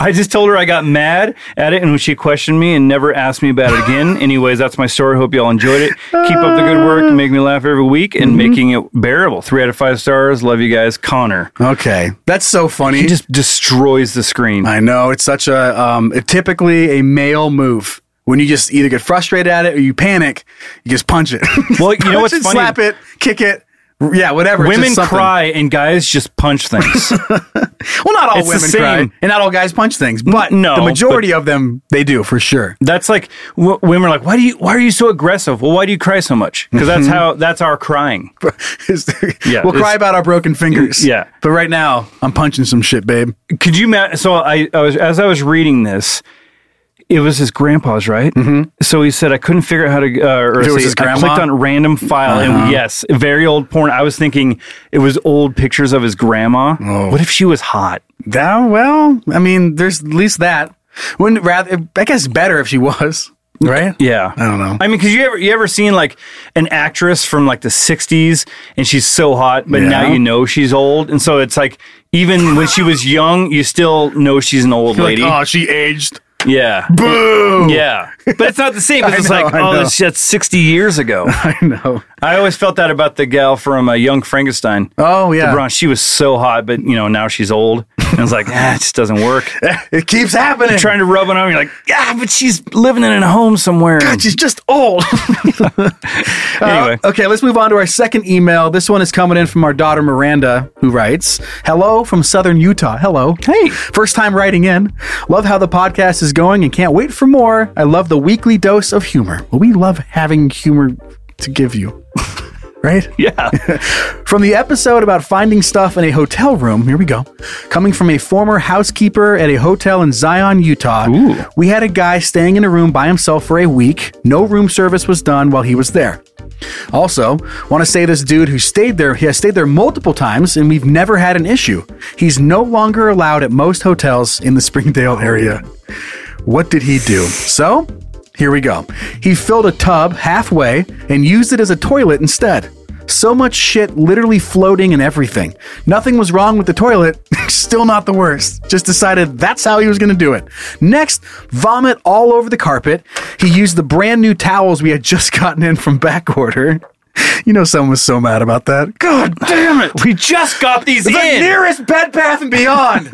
I just told her I got mad at it, and when she questioned me and never asked me about it [laughs] again. Anyways, that's my story. Hope y'all enjoyed it. Keep up the good work. Uh. Make me laugh every week Mm-hmm. and making it bearable. Three out of five stars. Love you guys, Connor. [laughs] okay, that's so funny. He just destroys the screen. I know it's such a um, it- typically a male move. When you just either get frustrated at it or you panic, you just punch it. [laughs] Well, you know [laughs] Punch what's it, funny? Slap it, kick it, r- yeah, whatever. it's Women just something. cry and guys just punch things. [laughs] Well, not all It's the women cry, same. and not all guys punch things, but no, the but- majority of them they do for sure. That's like w- women are like, why do you why are you so aggressive? Well, why do you cry so much? Because that's Mm-hmm. how that's our crying. [laughs] yeah, we'll it's- cry about our broken fingers. Yeah. but right now I'm punching some shit, babe. Could you imagine? So I, I was as I was reading this, it was his grandpa's, right? Mm-hmm. So he said I couldn't figure out how to. Uh, or If it was say, his I grandma? clicked on random file, Uh-huh. and yes, very old porn. I was thinking it was old pictures of his grandma. Oh. What if she was hot? That well, I mean, there's at least that. Wouldn't rather, I guess, better if she was right. Mm, Yeah, I don't know. I mean, because you ever you ever seen like an actress from like the '60s, and she's so hot, but now Yeah. you know she's old, and so it's like even when she was young, you still know she's an old You're like, lady. oh, she [laughs] aged. yeah, Boo. Yeah, but it's not the [laughs] same. I It's just know, like, I oh, know. that's, that's sixty years ago. I know. [laughs] I always felt that about the gal from uh, Young Frankenstein. Oh yeah, LeBron, she was so hot, but you know now she's old. And it's like, [laughs] ah, it just doesn't [laughs] work. [laughs] it keeps happening. You're trying to rub it on, you're like, ah, but she's living in a home somewhere. God, she's just [laughs] old. Anyway. Uh, okay, let's move on to our second email. This one is coming in from our daughter Miranda, who writes Hello from Southern Utah. Hello. Hey. First time writing in. Love how the podcast is going and can't wait for more. I love the weekly dose of humor. Well, we love having humor to give you. Right? Yeah. [laughs] From the episode about finding stuff in a hotel room, here we go. Coming from a former housekeeper at a hotel in Zion, Utah, we had a guy staying in a room by himself for a week. No room service was done while he was there. Also, want to say this dude who stayed there, he has stayed there multiple times and we've never had an issue. He's no longer allowed at most hotels in the Springdale area. What did he do? So, here we go. He filled a tub halfway and used it as a toilet instead. So much shit literally floating and everything. Nothing was wrong with the toilet. [laughs] Still not the worst. Just decided that's how he was going to do it. Next, vomit all over the carpet. He used the brand new towels we had just gotten in from back order. [laughs] You know, someone was so mad about that. God damn [laughs] it. We just got these the in. nearest Bed Bath and Beyond.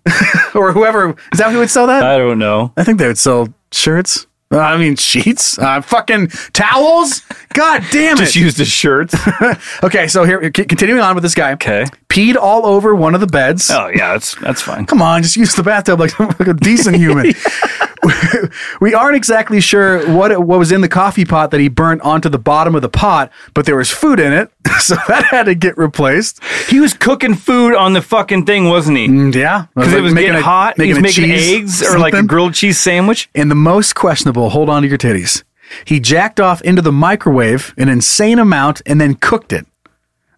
[laughs] or whoever. Is that who would sell that? I don't know. I think they would sell shirts. Uh, I mean, sheets, uh, fucking towels. God damn it. Just used his shirts. [laughs] okay, so here, c- continuing on with this guy. Okay. Peed all over one of the beds. Oh yeah, that's that's fine. Come on, just use the bathtub like, [laughs] like a decent human. [laughs] we aren't exactly sure what it, what was in the coffee pot that he burnt onto the bottom of the pot, but there was food in it, [laughs] so that had to get replaced. [laughs] He was cooking food on the fucking thing, wasn't he? Mm, Yeah, Because Like it was making getting a- hot. He's a making cheese, eggs or like a something. grilled cheese sandwich. And the most questionable, hold on to your titties. He jacked off into the microwave an insane amount and then cooked it.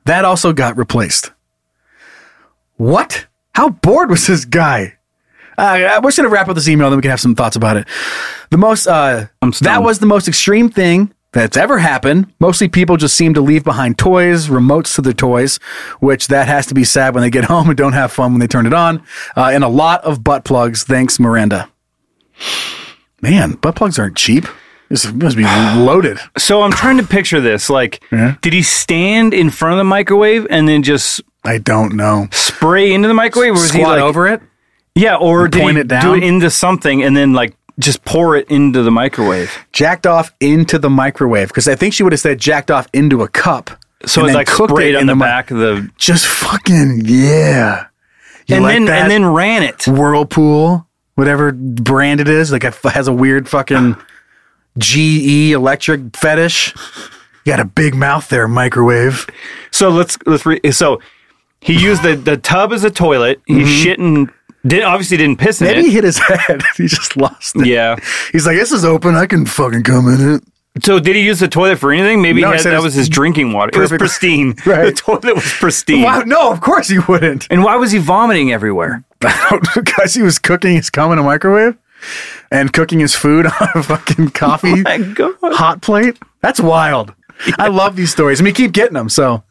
That also got replaced. What? How bored was this guy? Uh, we're just gonna wrap up this email, then we can have some thoughts about it. The most uh, that was the most extreme thing that's ever happened. Mostly people just seem to leave behind toys, remotes to their toys, which that has to be sad when they get [laughs] home and don't have fun when they turn it on. Uh, and a lot of butt plugs. Thanks, Miranda. Man, butt plugs aren't cheap. This [sighs] must be loaded. So I'm trying to picture this. Like, did he stand in front of the microwave and then just I don't know. spray into the microwave, or was he Squat like over it? Yeah, or And did point he it down? do it into something and then like just pour it into the microwave? Jacked off into the microwave because I think she would have said jacked off into a cup. So and it's then like cooked sprayed on the, mi- back of the Just fucking yeah. You and like then that? and then ran it. Whirlpool, whatever brand it is, like it f- has a [sighs] weird fucking GE electric fetish. You got a big mouth there, microwave. So let's let's re- so he used the the tub as a toilet. He shitting did obviously didn't piss in Maybe it. he hit his [laughs] head. he just lost it. yeah. He's like, this is open. I can fucking come in it. So did he use the toilet for anything? Maybe No, he he had, said it that was was his drinking water. It was [laughs] perfect- pristine. Right. The toilet was pristine. Wow, no, of course he [laughs] wouldn't. And why was he vomiting everywhere? because he was cooking his cum in a microwave and cooking his food [laughs] on a fucking coffee Oh My God. hot plate. That's wild. I love these stories, and we keep getting them. So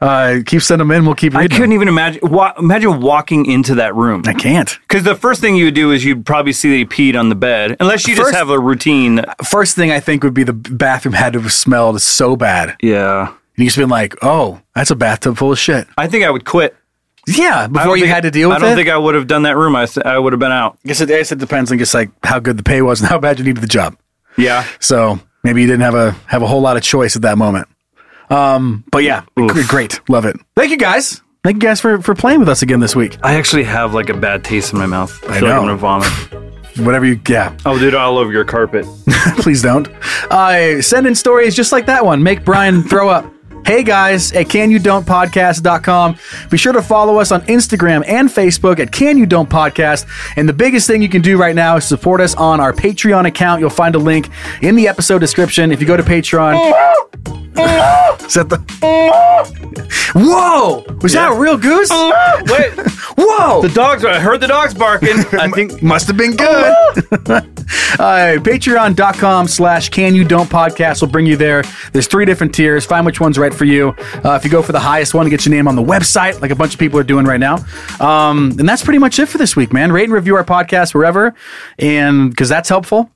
uh, keep sending them in. We'll keep I reading. couldn't even imagine. Wa- imagine walking into that room. them. I can't. Because the first thing you would do is you'd probably see that he peed on the bed, unless you First- just have a routine. First thing I think would be the bathroom had to have smelled so bad, and Yeah, you've been like, "Oh, that's a bathtub full of shit." I think I would quit Yeah, I before don't you think- had to deal with I don't it. think I would have done that room. I, s- I would have been out. guess it, I guess it depends on just like how good the pay was and how bad you needed the job. Yeah, So maybe you didn't have a have a whole lot of choice at that moment. Um, but yeah, Oof. great, love it. Thank you guys. Thank you guys for for playing with us again this week. I actually have like a bad taste in my mouth. I, I feel like know. I'm gonna [laughs] vomit. Whatever you, yeah, I'll do it all over your carpet. [laughs] please don't. Uh, send in stories just like that one. Make Brian throw up. Hey guys, at canyoudon'tpodcast.com. Be sure to follow us on Instagram and Facebook at Can You Don't Podcast. And the biggest thing you can do right now is support us on our Patreon account. You'll find a link in the episode description. If you go to Patreon, [laughs] is that the. [laughs] Whoa! Was that a real [laughs] goose? Wait, Whoa! the dogs! I heard the dogs barking. [laughs] I think Must have been good. uh, Patreon.com slash can you don't podcast will bring you there. There's three different tiers. Find which one's right for you. Uh, if you go for the highest one, get your name on the website, like a bunch of people are doing right now. Um, and that's pretty much it for this week, man. Rate and review our podcast wherever, and because that's helpful.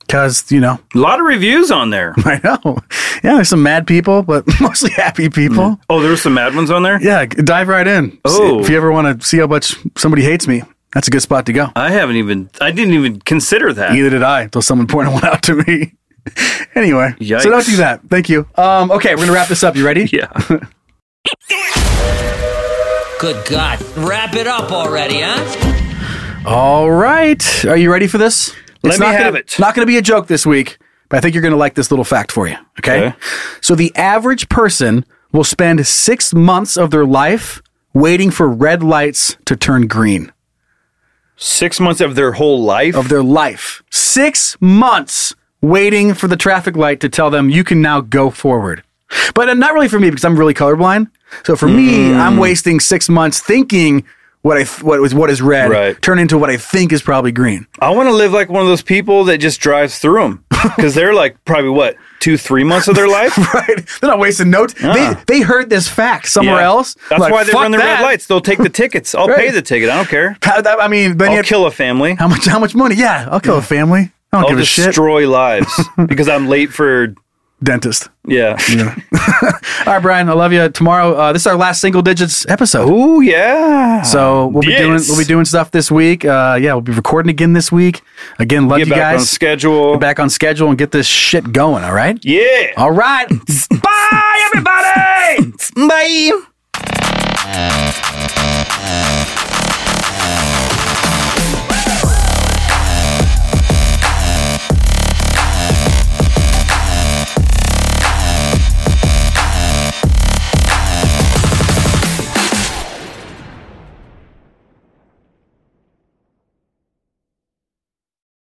Because, you know, [laughs] a lot of reviews on there. I know. Yeah, there's some mad people, but [laughs] mostly happy people. Oh, there were some mad ones on there. Yeah, dive right in. Mm-hmm. Oh. If you ever want to see how much somebody hates me, that's a good spot to go. I haven't even. I didn't even consider that. Neither did I until someone [laughs] pointed one out to me. [laughs] anyway, Yikes. so don't do that. Thank you. Um, okay, we're gonna wrap this up. You ready? Yeah. [laughs] Good God. Wrap it up already, huh? All right. Are you ready for this? Let me not have gonna, it. Not gonna be a joke this week, but I think you're gonna like this little fact for you. Okay. Okay. So the average person will spend six months of their life waiting for red lights to turn green Six months of their whole life. of their life. Six months waiting for the traffic light to tell them you can now go forward. Mm. But uh, not really for me because I'm really colorblind. So for me, I'm wasting six months thinking what I th- what was what is red Right. turn into what I think is probably green. [laughs] I want to live like one of those people that just drives through [laughs] them because they're like probably what two, three months of their [laughs] life. right, they're not wasting notes. Uh-uh. They they heard this fact somewhere Yeah. else. That's Like, why they "Fuck run the that." red lights. They'll take the tickets. I'll pay Right. the ticket. I don't care. How- that- I mean, then you I'll have- kill a family. how much how much money? Yeah, I'll kill a family. I don't I'll give a shit. destroy [laughs] lives because I'm late for Dentist. yeah. All right, Brian, I love you. Tomorrow, uh, this is our last single digits episode. Oh yeah. So we'll be Uh, Yes. doing we'll be doing stuff this week. Uh, yeah, we'll be recording again this week. Again, love Get you back guys. on schedule. Get back on schedule and get this shit going. All right. Yeah. [laughs] All right. Bye, everybody. Bye.